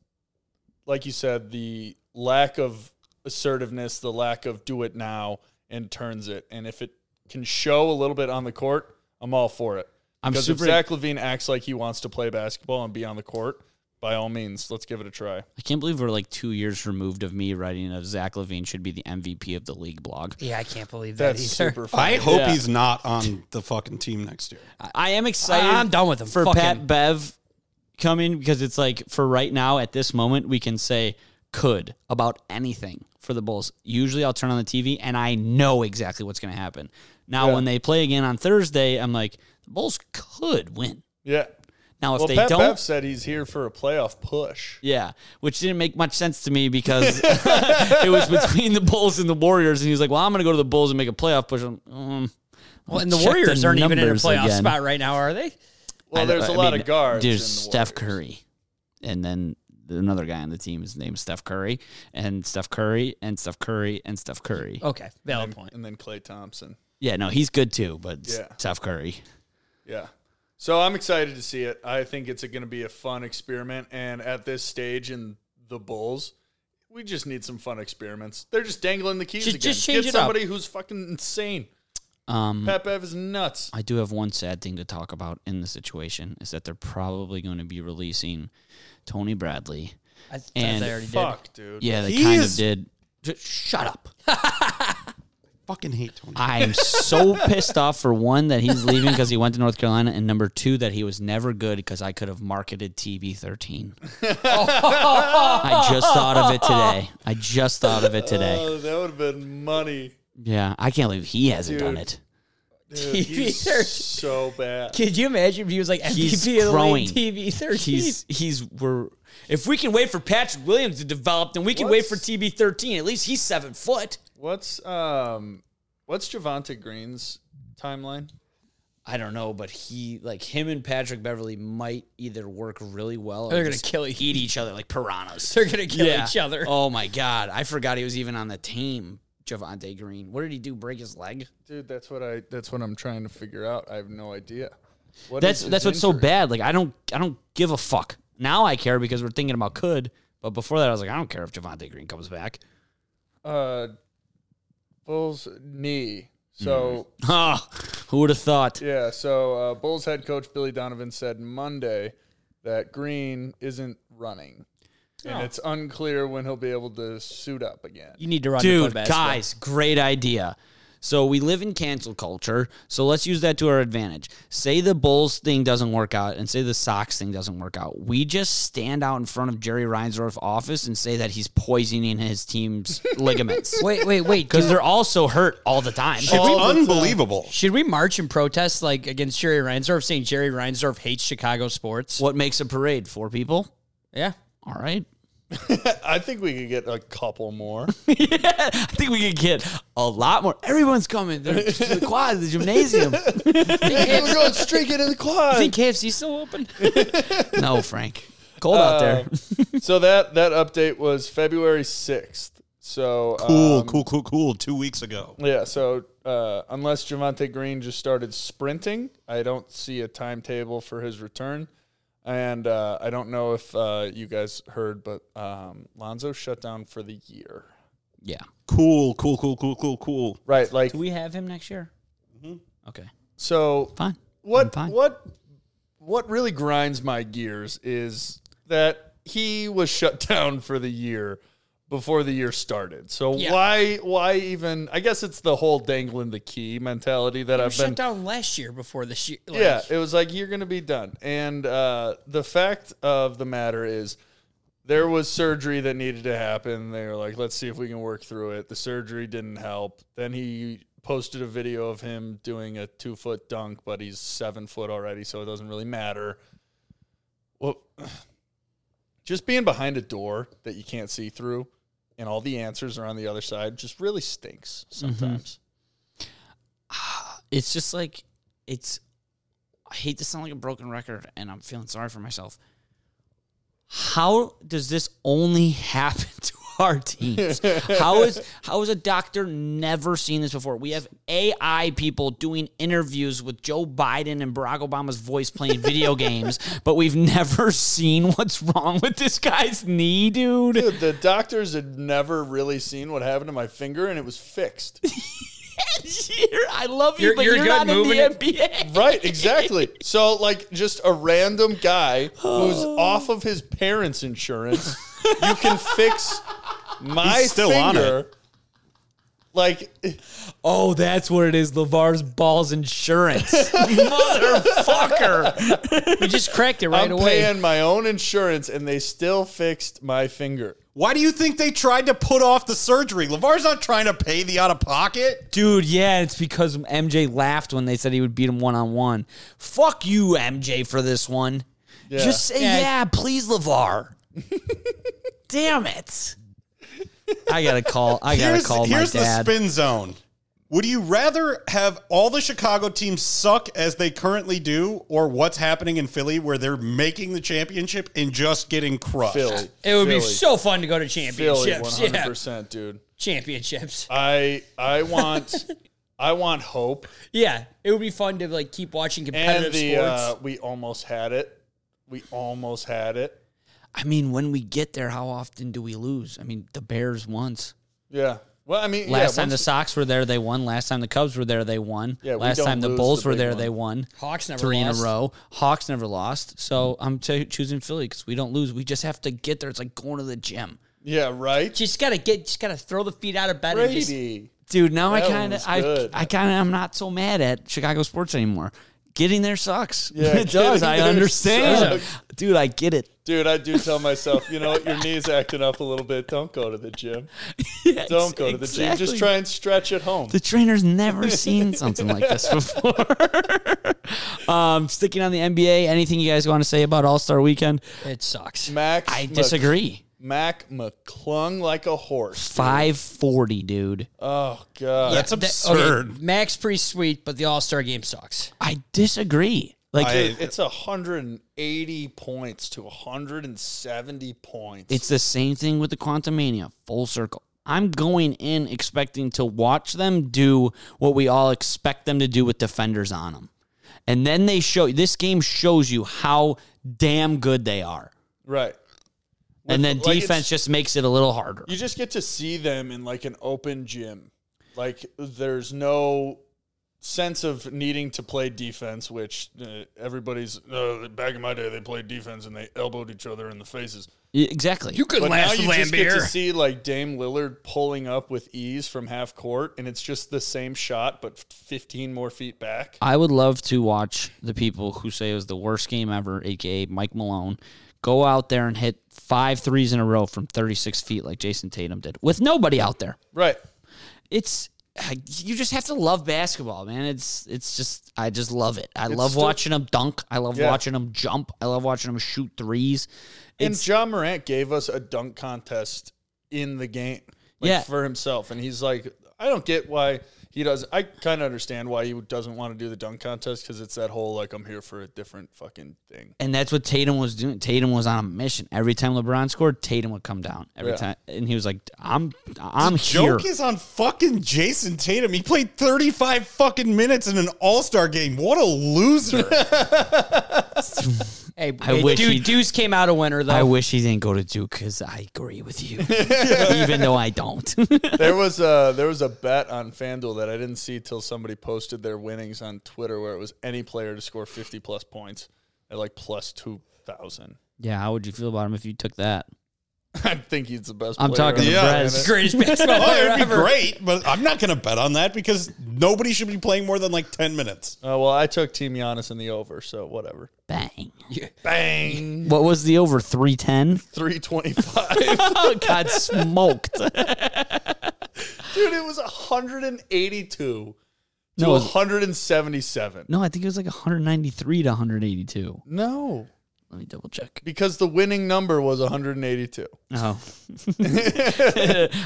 A: like you said the lack of assertiveness, the lack of do it now and turns it. And if it can show a little bit on the court, I'm all for it.
C: I'm
A: because
C: super-
A: if Zach Levine acts like he wants to play basketball and be on the court, by all means, let's give it a try.
C: I can't believe we're like two years removed of me writing a Zach Levine should be the MVP of the league blog.
D: Yeah, I can't believe that
A: That's
D: either.
A: super fun.
E: I hope
C: Yeah.
E: he's not on the fucking team next year.
C: I am excited.
D: I'm done with him.
C: for
D: Fuck him.
C: Pat Bev coming because it's like for right now at this moment we can say could about anything for the Bulls. Usually I'll turn on the TV and I know exactly what's going to happen. Now
A: Yeah.
C: when they play again on Thursday, I'm like the Bulls could win.
A: Yeah.
C: Now if
A: Well,
C: they
A: Pat
C: don't,
A: Bev said he's here for a playoff push.
C: yeah, which didn't make much sense to me because it was between the Bulls and the Warriors, and he's like, "Well, I'm going to go to the Bulls and make a playoff push." I'm, Um,
D: Well, and the
C: check
D: Warriors aren't even in a
C: numbers
D: playoff
C: again.
D: spot right now, are they?
A: Well,
C: I-
A: there's
C: I
A: a lot
C: mean,
A: of guards. in
C: There's
A: the
C: Steph
A: Warriors.
C: Curry, and then another guy on the team is named Steph Curry, and Steph Curry, and Steph Curry, and Steph Curry.
A: Oh.
D: Okay, valid point.
A: and then Clay Thompson.
C: Yeah, no, he's good too, but it's
A: Yeah.
C: Steph Curry.
A: Yeah. So I'm excited to see it. I think it's going to be a fun experiment. And at this stage in the Bulls, we just need some fun experiments. They're just dangling the keys
D: Just-
A: again.
D: just change
A: Get
D: it up.
A: somebody who's fucking insane.
C: Um,
A: Pat Bev is nuts.
C: I do have one sad thing to talk about in the situation is that they're probably going to be releasing Tony Bradley.
D: I thought
C: And
D: they already did.
A: Fuck, dude.
C: Yeah, they
E: He
C: kind
E: is-
C: of did. Just shut up.
E: Fucking hate Tony.
C: I'm so pissed off for one that he's leaving because he went to North Carolina, and number two that he was never good because I could have marketed TV 13. I just thought of it today. I just thought of it today.
A: Oh, that would have been money.
C: Yeah, I can't believe he hasn't done
A: Dude.
C: it.
A: Dude,
D: TV
A: he's
D: thirteen.
A: so bad.
D: Could you imagine if he was like MVP
C: He's
D: of the
C: growing.
D: league, TV 13?
C: He's he's we're if we can wait for Patrick Williams to develop, then we can wait for
A: What's-
C: TB thirteen. At least he's seven foot.
A: What's um, what's Javante Green's timeline?
C: I don't know, but he like him and Patrick Beverly might either work really well. Or
D: They're gonna
C: just
D: kill each-
C: eat each other like piranhas.
D: They're gonna kill each other.
C: Oh my god, I forgot he was even on the team. Javante Green. What did he do? Break his leg?
A: Dude, that's what I. That's what I'm trying to figure out. I have no idea. What
C: That's
A: is his
C: that's what's so
A: injury?
C: bad. Like I don't I don't give a fuck. Now I care because we're thinking about could. But before that, I was like, I don't care if Javante Green comes back.
A: Uh, Bulls knee. So
C: Ah, who would have thought?
A: yeah, so uh, Bulls head coach Billy Donovan said Monday that Green isn't running, and it's unclear when he'll be able to suit up again.
D: you need to run
C: Dude,
D: to play basketball.
C: guys, great idea. So we live in cancel culture, so let's use that to our advantage. Say the Bulls thing doesn't work out and say the Sox thing doesn't work out. We just stand out in front of Jerry Reinsdorf's office and say that he's poisoning his team's ligaments.
D: Wait, wait, wait.
C: Because they're also hurt all the time.
E: It's unbelievable.
D: Should we march and protest like against Jerry Reinsdorf, saying Jerry Reinsdorf hates Chicago sports?
C: What makes a parade? Four people?
D: Yeah.
C: All right.
A: I think we could get a couple more.
C: I think we could get a lot more. Everyone's coming. They're to the quad, the gymnasium.
A: We're going straight into the quad.
D: Think KFC still open?
C: No, Frank. Cold out there.
A: so that that update was February sixth. So
E: Cool,
A: um,
E: cool, cool, cool. Two weeks ago.
A: Yeah. So uh, unless Javante Green just started sprinting, I don't see a timetable for his return. And uh, I don't know if uh, you guys heard, but um, Lonzo shut down for the year.
C: Yeah.
E: Cool, cool, cool, cool, cool, cool.
A: Right. Like
C: Do we have him next year? Okay.
A: so.
C: Fine. I'm
A: What
C: fine.
A: what what really grinds my gears is that he was shut down for the year before the year started. So
D: Yeah.
A: why why even I guess it's the whole dangling the key mentality that I've been
D: Shut down last year before this year. Like,
A: yeah, it was like you're going to be done. And uh, the fact of the matter is, there was surgery that needed to happen. They were like, let's see if we can work through it. The surgery didn't help. Then he posted a video of him doing a two foot dunk, but he's seven foot already, so it doesn't really matter. Well, just being behind a door that you can't see through and all the answers are on the other side just really stinks sometimes.
C: It's just like it's I hate to sound like a broken record and I'm feeling sorry for myself. How does this only happen to our teams? how is how is a doctor never seen this before? We have AI people doing interviews with Joe Biden and Barack Obama's voice playing video games, but we've never seen what's wrong with this guy's knee, dude.
A: Dude, the doctors had never really seen what happened to my finger, and it was fixed.
C: You're- I love you,
D: You're-
C: but
D: you're
C: you're,
D: good
C: not in
D: moving
C: the
D: it-
C: NBA.
A: right, exactly. So, like, just a random guy who's
D: Oh.
A: off of his parents' insurance, you can fix my
E: He's still on
A: finger. Like,
C: Oh, that's what it is. Lavar's balls insurance, motherfucker.
D: we just cracked it right
A: I'm
D: away.
A: paying my own insurance, and they still fixed my finger.
E: Why do you think they tried to put off the surgery? Lavar's not trying to pay the out of pocket.
C: Dude, yeah, it's because MJ laughed when they said he would beat him one on one. Fuck you, MJ, for this one. Just say
D: Yeah.
C: yeah, please, Lavar. Damn it. I gotta call. I gotta
E: Here's,
C: call my
E: here's the
C: dad.
E: spin zone. Would you rather have all the Chicago teams suck as they currently do, or what's happening in Philly where they're making the championship and just getting crushed?
A: Philly.
D: it would be
A: Philly.
D: so fun to go to
A: Philly,
D: championships. Yeah.
A: 100%, dude.
D: Championships.
A: I I want I want hope.
D: Yeah. It would be fun to like keep watching
A: And
D: competitive
A: the
D: sports.
A: uh, we almost had it. We almost had it.
C: I mean, when we get there, how often do we lose? I mean, the Bears once.
A: Yeah. Well, I mean,
C: Last
A: yeah,
C: time the
A: once-
C: Sox were there, they won. Last time the Cubs were there, they won.
A: Yeah, we
C: Last
A: don't
C: time the
A: lose
C: Bulls
A: the
C: were
A: big
C: there,
A: one.
C: they won.
D: Hawks never
C: Three
D: lost.
C: in a row. Hawks never lost. So I'm t- choosing Philly because we don't lose. We just have to get there. It's like going to the gym.
A: yeah, right.
D: Just gotta get, just gotta throw the feet out of bed and just
A: Brady.
C: Dude, now I
A: That
C: kind of
A: one's
C: I
A: good.
C: I kind of am not so mad at Chicago sports anymore. Getting there sucks.
A: Yeah,
C: it does. I
A: getting there
C: understand.
A: sucks.
C: Dude, I get it.
A: Dude, I do tell myself, you know what, your knee's acting up a little bit. Don't go to the gym. Don't go to the gym. Just
C: Exactly.
A: try and stretch at home.
C: The trainer's never seen something like this before. um, sticking on the NBA, anything you guys want to say about All Star Weekend?
D: it sucks.
A: Max
C: I
A: Mc-
C: disagree.
A: Mac McClung like a horse.
C: Five forty, dude.
A: Oh god.
E: That's
D: That-
E: absurd.
D: okay, Max pretty sweet, but the All Star game sucks.
C: I disagree. Like
E: I-
A: Dude, it's 180 points to 170 points.
C: it's the same thing with the Quantum Mania. Full circle. I'm going in expecting to watch them do what we all expect them to do with defenders on them, and then they show. This game shows you how damn good they are,
A: right.
C: and then
A: like, it's-
C: defense just makes it a little harder.
A: You just get to see them in like an open gym. Like there's no sense of needing to play defense, which uh, everybody's uh, back in my day they played defense and they elbowed each other in the faces.
C: Y- E, Exactly.
D: could
A: But now you just get to see like Dame Lillard pulling up with ease from half court, and it's just the same shot, but 15 more feet back.
C: I would love to watch the people who say it was the worst game ever, aka Mike Malone, go out there and hit five threes in a row from 36 feet like Jason Tatum did with nobody out there.
A: Right.
C: It's you just have to love basketball, man. It's it's just I just love it. I love
A: still-
C: watching them dunk. I love
A: Yeah.
C: watching them jump. I love watching them shoot threes.
A: and John Morant gave us a dunk contest in the game, like
C: Yeah.
A: for himself, and he's like, I don't get why he does. I kind of understand why he doesn't want to do the dunk contest because it's that whole like I'm here for a different fucking thing.
C: And that's what Tatum was doing. Tatum was on a mission. Every time LeBron scored, Tatum would come down every
A: Yeah.
C: time, and he was like, "I'm, I'm here."
E: Joke is on fucking Jason Tatum. He played 35 fucking minutes in an All Star game. What a loser!
D: Hey,
C: I wish
D: dude,
C: he-
D: Deuce came out a winner though.
C: I wish he didn't go to Duke because I agree with you, even though I don't.
A: there was a there was a bet on FanDuel that I didn't see till somebody posted their winnings on Twitter, where it was any player to score 50 plus points at like plus two thousand.
C: yeah, how would you feel about him if you took that?
A: I think he's the best.
C: I'm
A: player
C: talking
A: on
C: to
A: the
E: Yeah.
A: planet.
C: Brez.
D: Greatest basketball
E: Oh,
D: player
E: it'd be
D: ever.
E: great, but I'm not going to bet on that because nobody should be playing more than like 10 minutes.
A: Uh, well, I took Team Giannis in the over, so whatever.
C: Bang.
A: Bang,
C: What was the over 310?
A: three twenty-five.
C: Oh, God, smoked.
A: Dude, it was 182 to
C: No, it was-
A: 177.
C: No, I think it was like 193 to 182.
A: No,
C: Let me double check.
A: because the winning number was 182.
C: Oh.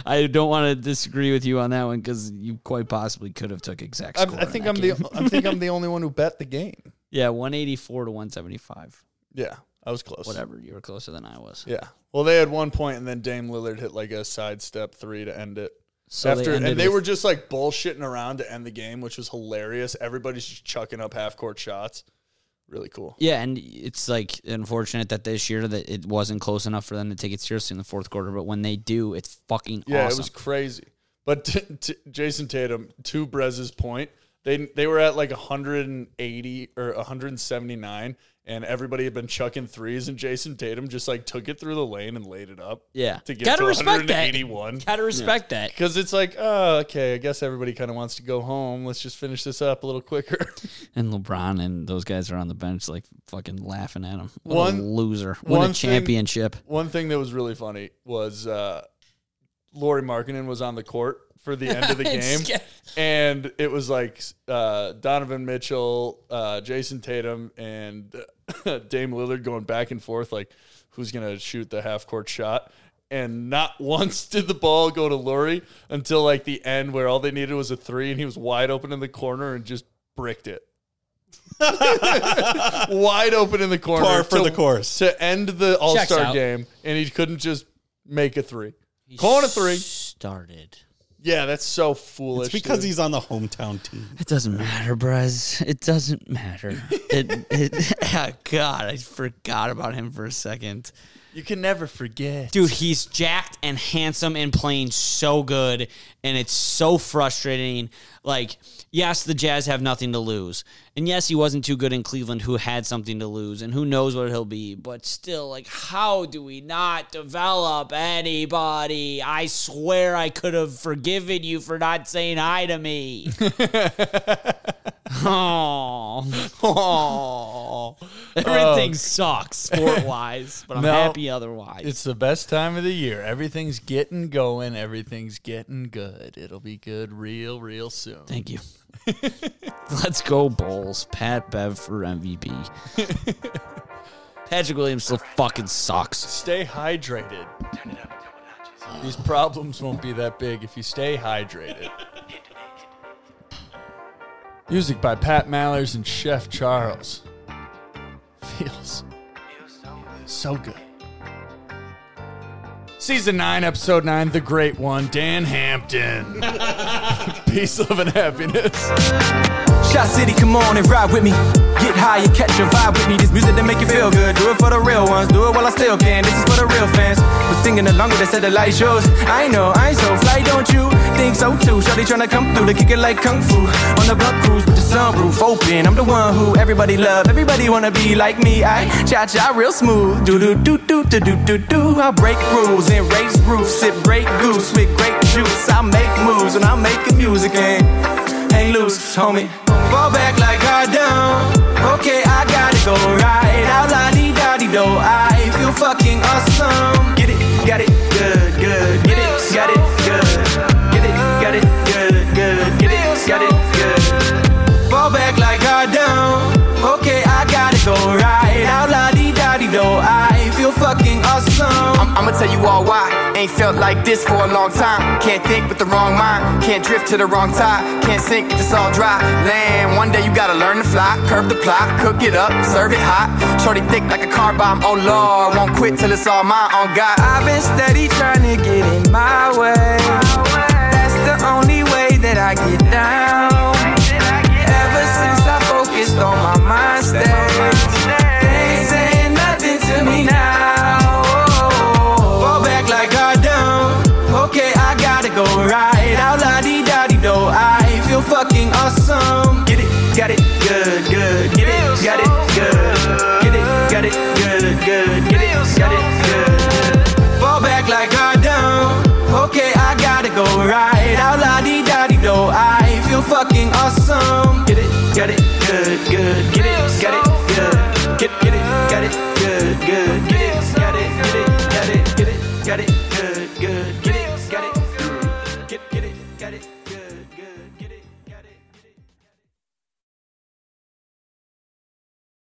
C: I don't want to disagree with you on that one because you quite possibly could have took exact
A: I,
C: score.
A: I
C: in
A: think
C: that
A: I'm
C: game.
A: the I think I'm the only one who bet the game.
C: Yeah, 184 to 175.
A: Yeah, I was close.
C: Whatever. You were closer than I was.
A: Yeah. Well, they had one point, and then Dame Lillard hit like a sidestep three to end it.
C: So they
A: After
C: ended
A: and they
C: with-
A: were just like bullshitting around to end the game, which was hilarious. Everybody's just chucking up half court shots. Really cool.
C: Yeah, and it's like unfortunate that this year that it wasn't close enough for them to take it seriously in the fourth quarter. But when they do, it's fucking
A: Yeah,
C: awesome.
A: it was crazy. But t- t- Jason Tatum, to Brez's point, they they were at like 180 or 179, and everybody had been chucking threes, and Jason Tatum just like took it through the lane and laid it up.
C: Yeah.
A: to get
D: Gotta
A: to
D: respect that.
A: 181.
D: Gotta respect that.
A: Because it's like, oh, okay, I guess everybody kind of wants to go home. Let's just finish this up a little quicker.
C: and LeBron and those guys are on the bench like fucking laughing at him. What a
A: One-
C: loser. Win
A: one
C: a
A: thing-
C: championship.
A: One thing that was really funny was uh, Lori Markinen was on the court for the end of the game.
D: It's ca-
A: and it was like uh, Donovan Mitchell, uh, Jason Tatum, and uh, Dame Lillard going back and forth, like who's gonna shoot the half court shot. And not once did the ball go to Lori until like the end, where all they needed was a three, and he was wide open in the corner and just bricked it. wide open in the corner,
E: Par for
A: to-
E: the course.
A: to end the All
D: Checks
A: Star
D: out.
A: game, and he couldn't just make a three. Calling a three.
C: Started.
A: Yeah, that's so foolish.
E: It's because
A: dude.
E: he's on the hometown team.
C: It doesn't matter, Brez. It doesn't matter. It, it, Ah, God, I forgot about him for a second.
A: you can never forget.
C: Dude, he's jacked and handsome and playing so good, and it's so frustrating. Like, yes, the Jazz have nothing to lose. And yes, he wasn't too good in Cleveland, who had something to lose, and who knows what he'll be. But still, like, how do we not develop anybody? I swear I could have forgiven you for not saying hi to me. oh.
A: Aw. Oh,
C: Everything sucks sport wise, but I'm
A: No.
C: happy otherwise.
A: It's the best time of the year. Everything's getting going. Everything's getting good. It'll be good real, real soon.
C: Thank you. Let's go Bulls. Pat Bev for MVP. Patrick Williams still fucking sucks.
A: Stay hydrated. These problems won't be that big if you stay hydrated. Music by Pat Mallers and Chef Charles. Feels so good. Season 9, Episode 9, The Great One, Dan Hampton. Peace, love, and happiness.
B: Shot City, come on and ride with me. Get high and catch a vibe with me. This music that make you feel good. Do it for the real ones. Do it while I still can. This is for the real fans. We're singing along with us at the light shows. I know, I ain't so fly, don't you? Think so too. Shawty tryna come through to kick it like kung fu. On the block cruise with the sunroof open. I'm the one who everybody love. Everybody wanna be like me. I cha cha real smooth. Do do do do do do do do. I break rules and raise roofs. Sit break goose with grape juice. I make moves and I make the music and hang loose, homie. Fall back like I don't. Okay, I gotta go right out, la di da di do. I feel fucking awesome. Get it, got it, good, good. Get it, got it, good. Get it, got it, good, good. Get it, got it, good. Fall back like I don't. Okay, I gotta go right out, la di da di do. I feel fucking awesome.
F: I'm, I'ma tell you all why. Ain't felt like this for a long time. Can't think with the wrong mind. Can't drift to the wrong tide. Can't sink if it's all dry. Land, one day you gotta learn to fly. Curb the plot, cook it up, serve it hot. Shorty thick like a car bomb. Oh lord, won't quit till it's all mine. On God,
B: I've been steady trying to get in my way. That's the only way that I get down.